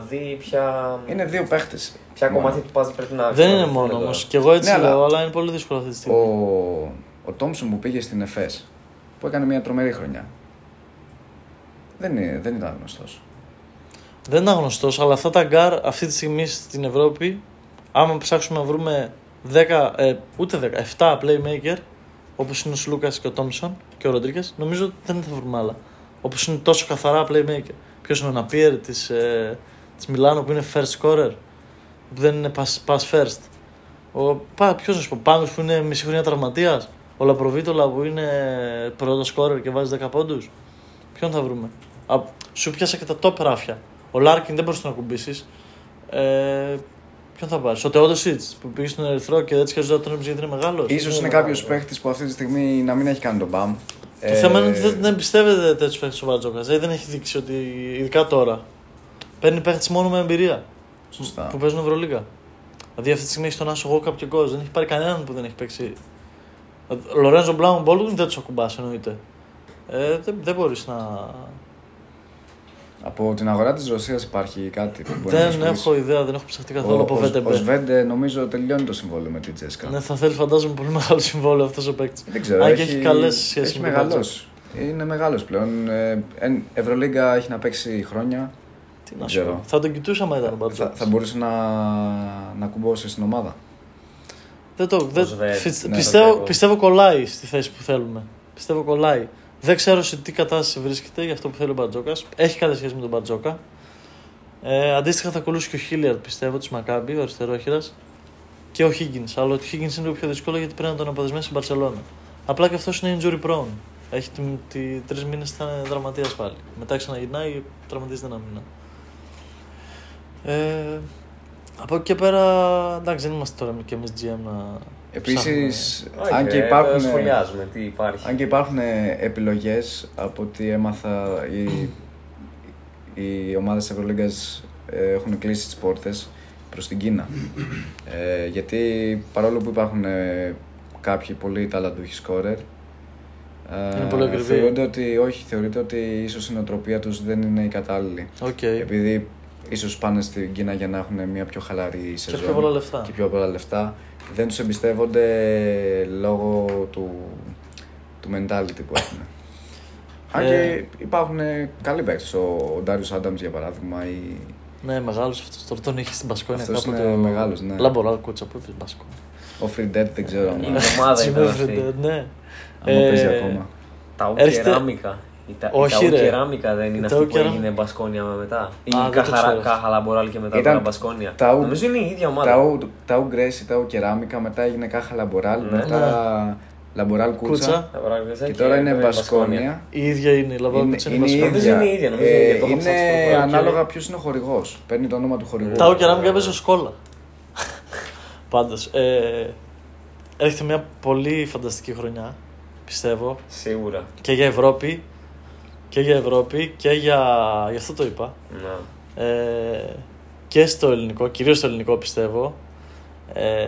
B: δει ποια,
C: Είναι δύο παίκτες.
B: ποια
C: μόνο.
B: κομμάτια του puzzle πρέπει να
A: Δεν είναι
B: να
A: μόνο
B: τώρα.
A: όμω. Και εγώ έτσι
C: Ναι, αλλά-
A: λέω, αλλά είναι πολύ δύσκολο αυτή τη στιγμή.
C: Ο, ο Τόμσον που πήγε στην ΕΦΕΣ, που έκανε μια τρομερή χρονιά. Δεν, είναι- δεν ήταν γνωστός.
A: Δεν είναι αγνωστό, αλλά αυτά τα γκάρ αυτή τη στιγμή στην Ευρώπη, άμα ψάξουμε να βρούμε 10, ε, ούτε 10, 7 playmaker, όπως είναι ο Σλούκας και ο Τόμσον και ο Ροντρίγκες, νομίζω ότι δεν θα βρούμε άλλα. Όπως είναι τόσο καθαρά playmaker. Ποιος είναι ο Ναπίερ της ε, της Μιλάνο που είναι first scorer, που δεν είναι pass, pass first. Ο, πα, ποιος να σου πω, Πάγκος που είναι μισή χρονιά τραυματίας. Ο Λαπροβίτολα που είναι πρώτος σκόρερ και βάζει 10 πόντους. Ποιον θα βρούμε. Α, σου πιάσα και τα top ράφια. Ο Λάρκιν δεν μπορούσε να κουμπίσει. Ε, ποιον θα πάρει. Ο Τεόντοσιτ που πήγε στον Ερυθρό και δεν σκέφτεται τον έψη γιατί είναι μεγάλος.
C: Ίσως είναι κάποιος παίκτης που αυτή τη στιγμή να μην έχει κάνει τον μπαμ.
A: Το θέμα είναι ότι
C: Ε,
A: δεν, δεν πιστεύετε τέτοιους παίχτες ο Βαρτζόκα. Δηλαδή δεν έχει δείξει ότι ειδικά τώρα παίρνει παίχτες μόνο με εμπειρία.
C: Σωστά.
A: Που παίζουν Ευρωλίγα. Δηλαδή αυτή τη στιγμή έχει τον Άσο Γόκαπ και Γκοζ. Δεν έχει πάρει κανέναν που δεν έχει παίξει. Λορέντζο Μπλάουν Μπόλτον δεν τους ακουμπάς εννοείται. Ε, δεν, δεν μπορείς να.
C: Από την αγορά της Ρωσίας υπάρχει κάτι που μπορεί να μας
A: δεν
C: πουλήσει.
A: έχω ιδέα, δεν έχω ψαχτεί καθόλου
C: Ο-
A: από
C: ο-
A: VTB.
C: Ο Σβέντε νομίζω τελειώνει το συμβόλαιο με τη Τζέσκα.
A: Ναι, θα θέλει φαντάζομαι πολύ μεγάλο συμβόλαιο αυτός ο παίκτης.
C: Δεν ξέρω.
A: Αν και έχει καλές σχέσεις
C: έχει
A: με τον Μπαρτζόκα.
C: μεγαλώσει. Είναι μεγάλος πλέον. Ε, εν- Ευρωλίγκα έχει να παίξει χρόνια.
A: Τι
C: Δεν
A: να σου
C: ξέρω.
A: πω. Θα τον κοιτούσαμε ήταν Ναι, ο
C: Θα,
A: Μπαρτζόκα.
C: θα μπορούσε να, να κουμπώσει στην ομάδα.
A: Δεν το. Δεν,
B: Σβέρ,
A: φι-
C: ναι,
A: πιστεύω,
B: το
A: πιστεύω κολλάει στη θέση που θέλουμε. Πιστεύω κολλάει. Δεν ξέρω σε τι κατάσταση βρίσκεται για αυτό που θέλει ο Μπατζόκας. Έχει καλές σχέσεις με τον Μπατζόκα. Ε, αντίστοιχα θα ακολουθήσει και ο Χίλιαρτ πιστεύω της Μακάμπη, ο αριστερόχειρα. Και ο Χίγκιν. Αλλά ο Χίγκιν είναι λίγο πιο δύσκολο γιατί πρέπει να τον αποδεσμεύσει στην Παρσελόνα. Απλά και αυτός είναι injury prone. Έχει τη, τη, τρεις μήνες ήταν δραματία πάλι. Μετά ξαναγυρνάει, τραυματίζεται ένα μήνα. Ε, από εκεί και πέρα, εντάξει, δεν είμαστε τώρα και εμείς GM να
C: Επίσης,
A: ναι.
B: Όχι,
C: αν και
B: ρε,
C: υπάρχουν.
B: δεν ε, σχολιάζουμε τι υπάρχει.
C: Αν και υπάρχουν ε, επιλογές από ό,τι έμαθα οι, οι ομάδες της Ευρωλίγκας ε, έχουν κλείσει τις πόρτες προς την Κίνα. Ε, γιατί παρόλο που υπάρχουν ε, κάποιοι πολύ ταλαντούχοι σκόρερ, ε,
A: Είναι πολύ ακριβή.
C: θεωρούνται ότι, όχι, θεωρείται ότι ίσως η νοοτροπία τους δεν είναι η κατάλληλη.
A: Οκ.
C: Επειδή ίσως πάνε στην Κίνα για να έχουν μια πιο χαλαρή σεζόν.
A: πιο πολλά λεφτά.
C: Και πιο πολλά λεφτά. Δεν τους εμπιστεύονται λόγω του, του mentality που έχουν. Αν και υπάρχουν καλοί παίκτες. Ο, ο Ντάριο Άνταμ για παράδειγμα. Ή...
A: Ναι, μεγάλος αυτός. Τώρα τον είχε στην Μπασκόνια.
C: Αυτός
A: κάποτε
C: είναι
A: ο-
C: μεγάλος, ναι.
A: Λαμποράλ κούτσα που είπε στην Μπασκόνια.
C: Ο Φριντέρ δεν ξέρω αν
B: Είναι ομάδα ήταν
A: Τσιμέφρεντε,
B: αυτή.
A: Ναι.
C: άμα παίζει
A: Ε,
C: ακόμα.
B: Τα
A: Έρχεται-
B: ουκεράμικα. Η τα- η
A: Όχι,
B: τα
A: ρε.
B: ουκεράμικα δεν
A: Τα
B: είναι αυτή που
A: ουκεράμικα.
B: έγινε Μπασκόνια με μετά.
A: δεν
B: Ή
A: το
B: καχαρά,
A: ξέρω.
B: κάχαλα μποράλ και μετά
C: Ήταν
B: τώρα Μπασκόνια.
C: τα ου-
B: Νομίζω είναι η ίδια
C: Τα
B: ομάδα.
C: ου, τα ου Γκρέση, τα ου Κεράμικα, μετά έγινε Κάχα Λαμποράλ,
B: Ναι.
C: μετά Λαμποράλ Κούτσα.
A: Κούτσα.
B: Τα Μπράβιζα
C: Και τώρα είναι
B: τώρα
C: Μπασκόνια.
A: Η ίδια είναι η Λαμποράλ
C: Είναι,
A: κούτσα.
C: είναι, η
A: Μπασκόνια.
C: ίδια.
B: Νομίζω είναι η ίδια, νομίζω
C: Ε,
B: είναι η ίδια, το έχω ψάξει
C: είναι
B: το παρόν,
C: ανάλογα
B: κύριε.
C: ποιος είναι ο χορηγός. Παίρνει το όνομα του χορηγού.
A: Τα όκερα μου έπαιζε σκόλα. Πάντως. ε, Έρχεται μια πολύ φανταστική χρονιά, πιστεύω.
B: Σίγουρα.
A: Και για Ευρώπη. Και για Ευρώπη και για. Γι' αυτό το είπα.
B: Να.
A: Ε, και στο ελληνικό, κυρίως στο ελληνικό πιστεύω. Ε,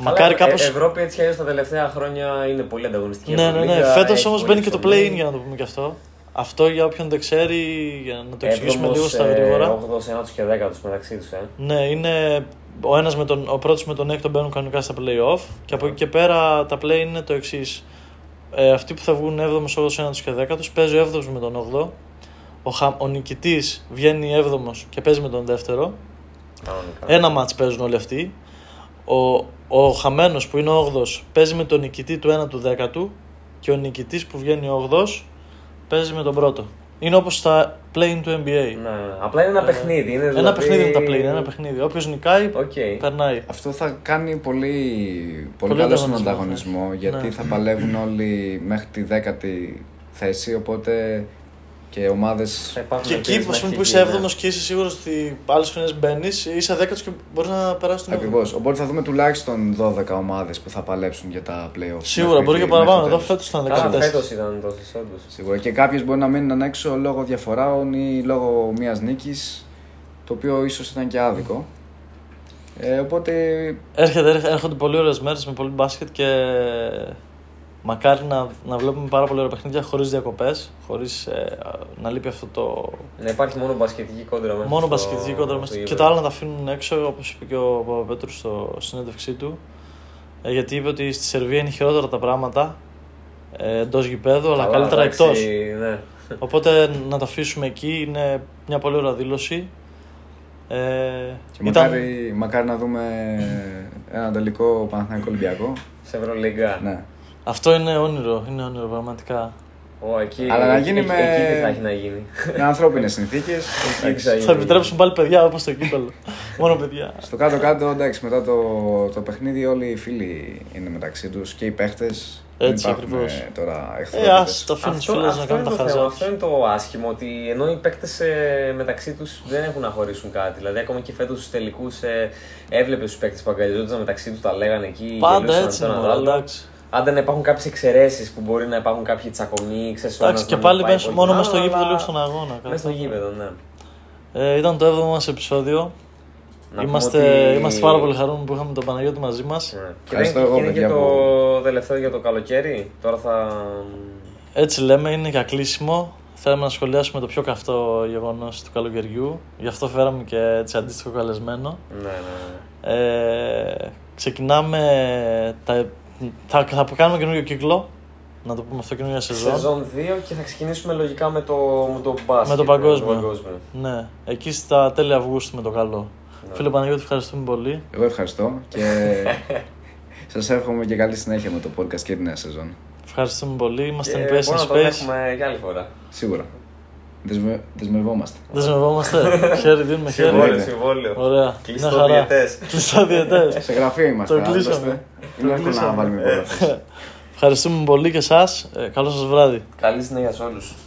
A: μακάρι
B: Καλά, ε-
A: κάπως...
B: Ευρώπη έτσι κι αλλιώς τα τελευταία χρόνια είναι πολύ ανταγωνιστική. η
A: ναι, ναι, ναι.
B: Ευρωλίγα,
A: Φέτος
B: έχει
A: όμως
B: πολύ
A: μπαίνει και το
B: ψωμί.
A: play-in για να το πούμε και αυτό. Αυτό για όποιον δεν ξέρει, για να το εξηγήσουμε
B: Έβδομος,
A: λίγο στα
B: ε,
A: γρήγορα.
B: όγδοος, ένατος και δέκατος μεταξύ τους, ε.
A: Ναι, είναι ο, ένας με τον, ο πρώτος με τον έκτο μπαίνουν κανονικά στα play-off και από εκεί και πέρα τα play είναι το εξής. Ε, αυτοί που θα βγουν 7ο, 8ο, 9ο και 10ο παίζει ο 7ο με τον 8ο. Ο, χα- ο νικητής βγαίνει 7ο και παίζει με τον δεύτερο.
B: Κανονικά.
A: Ένα μάτς παίζουν όλοι αυτοί. Ο, ο χαμένος που είναι 8ο παίζει με τον νικητή του 1 του 10ου και ο νικητής που βγαίνει 8ο παίζει με τον πρώτο. Είναι όπως τα play του NBA.
B: Ναι, ναι. απλά είναι ένα παιχνίδι. Είναι
A: Ε. Ένα
B: δηλαδή-
A: παιχνίδι είναι τα play, ένα παιχνίδι. Όποιος νικάει,
B: Οκ.
A: περνάει.
C: Αυτό θα κάνει πολύ, πολύ
A: Πολύ
C: καλό στον
A: ανταγωνισμό,
C: ανταγωνισμό,
A: ναι.
C: γιατί
A: Ναι.
C: θα παλεύουν όλοι μέχρι τη δέκατη θέση, οπότε και ομάδες...
B: Θα υπάρχουν
A: Και εκεί,
B: επίρρες
A: ας πούμε,
B: μέχρι
A: που είσαι
B: εκεί,
A: 7ο και είσαι σίγουρος ότι άλλες χρονιές μπαίνεις, είσαι 10ο και μπορείς να περάσεις τον 8ο.
C: Ακριβώς. Οπότε θα δούμε τουλάχιστον 12 ομάδες που θα παλέψουν για τα playoffs.
A: Σίγουρα,
C: μέχρι
A: μπορεί και
C: τη-
A: παραπάνω.
C: μέχρι το
A: Εδώ
C: τέλος.
A: φέτος ήταν
B: ναι. Καλά,
A: 14.
B: φέτος ήταν τόσες όντως.
C: Σίγουρα. Και κάποιες μπορεί να μείνουν έξω λόγω διαφοράων ή λόγω μιας νίκης, το οποίο ίσως ήταν και άδικο. Ε, οπότε
A: Έρχεται, έρχ- έρχονται πολύ ωραίες μέρες με πολύ μπάσκετ και μακάρι να, να βλέπουμε πάρα πολύ ωραία παιχνίδια χωρίς διακοπές, χωρίς ε, να λείπει αυτό το.
B: Να υπάρχει μόνο μπασκετική κόντρα μέσα.
A: Μόνο
B: στο-
A: μπασκετική κόντρα μέσα.
B: στο
A: Και
B: γήπεδο.
A: τα άλλα να τα αφήνουν έξω, όπως είπε και ο Παπαπέτρου στο στη συνέντευξή του. Ε, γιατί είπε ότι στη Σερβία είναι χειρότερα τα πράγματα ε, εντός γηπέδου, αλλά
B: Καλά,
A: καλύτερα
B: εντάξει,
A: εκτός.
B: Ναι.
A: Οπότε να τα αφήσουμε εκεί είναι μια πολύ ωραία δήλωση. Ε,
C: Και μακάρι, μακάρι να δούμε ένα τελικό Παναθηναϊκό Ολυμπιακό.
B: Σε Ευρωλίγκα.
C: Ναι.
A: Αυτό είναι όνειρο, είναι όνειρο πραγματικά.
B: Ω, εκεί,
C: Αλλά να γίνει
B: εκεί-
C: με-
B: εκεί τι θα έχει να γίνει.
C: Με ανθρώπινες συνθήκες.
B: Εκεί τι θα γίνει.
A: Θα επιτρέψουν πάλι παιδιά όπως το
B: [LAUGHS]
A: κύπελο. Μόνο παιδιά.
C: Στο κάτω-κάτω, εντάξει, μετά το, το παιχνίδι όλοι οι φίλοι είναι μεταξύ τους και οι παίχτες.
A: Έτσι ακριβώς.
C: Τώρα εχθροί.
A: Ε, ας το αφήνει του
B: Αυτό,
A: φίλου να
B: αυτό,
A: κάνουν
B: είναι
A: τα
B: το θέμα,
A: χαζά.
B: αυτό είναι το άσχημο. Ότι ενώ οι παίκτε μεταξύ τους δεν έχουν να χωρίσουν κάτι. Δηλαδή, ακόμα και φέτος στου τελικούς ε, έβλεπες τους παίκτε που αγκαλιάζονταν μεταξύ τους, τα λέγανε εκεί.
A: Πάντα
B: γελούσαν
A: έτσι
B: το
A: είναι.
B: ένα
A: μωρέ,
B: το άλλο.
A: Εντάξει.
B: Άντε να υπάρχουν κάποιες εξαιρέσεις που μπορεί να υπάρχουν κάποιοι τσακωμοί, ξέρεις
A: Εντάξει, και πάλι μέσα- μόνο μέσα στο γήπεδο, λίγο στον αγώνα.
B: Μέσα στο
A: κατά.
B: γήπεδο, ναι.
A: Ε, Ήταν το 7ο μας επεισόδιο.
B: Να πούμε
A: Είμαστε,
B: ότι-
A: είμαστε πάρα πολύ χαρούμενοι που είχαμε τον Παναγιώτη μαζί μας.
B: Ναι. Και
C: Ευχαριστώ
B: δεν-
C: εγώ,
B: και είναι και
C: παιδιά,
B: το τελευταίο για το καλοκαίρι. Τώρα θα.
A: Έτσι λέμε, είναι για κλείσιμο. Θέλαμε να σχολιάσουμε το πιο καυτό γεγονός του καλοκαιριού. Γι' αυτό φέραμε και έτσι αντίστοιχο καλεσμένο.
B: Ναι, ναι, ναι.
A: Ε, ξεκινάμε. Τα, θα, θα κάνουμε καινούριο κύκλο. Να το πούμε αυτό καινούργια σεζόν.
B: Σεζόν 2 και θα ξεκινήσουμε λογικά με το, με το μπάσκετ.
A: Με το παγκόσμιο. Ναι, εκεί στα τέλη Αυγούστου με το καλό.
B: Ναι.
A: Φίλε Παναγιώτη, ευχαριστούμε πολύ.
C: Εγώ ευχαριστώ και
A: [LAUGHS]
C: σας εύχομαι και καλή συνέχεια με το podcast και τη νέα σεζόν.
A: Ευχαριστούμε πολύ. Είμαστε
B: Και
A: in
B: Ε, μπορούμε
A: Passion
B: να το
A: Space.
B: έχουμε για άλλη φορά.
C: Σίγουρα. Δεσμε... Δεσμευόμαστε.
B: [LAUGHS]
A: Δεσμευόμαστε. χέρι δίνουμε χέρι.
B: Συμβόλαιο, συμβόλαιο.
A: Ωραία.
B: Κλειστό
A: Μια χαρά.
B: διαιτές.
A: Κλειστό διαιτές.
B: [LAUGHS]
C: Σε γραφείο είμαστε.
A: Το
C: αν δώστε.
A: κλείσαμε. Ε,
C: Είναι εύκολο να βάλουμε υπόλοιπε.
A: Ευχαριστούμε πολύ και εσάς. Ε, Καλό σας βράδυ.
B: Καλή συνέχεια σε όλους.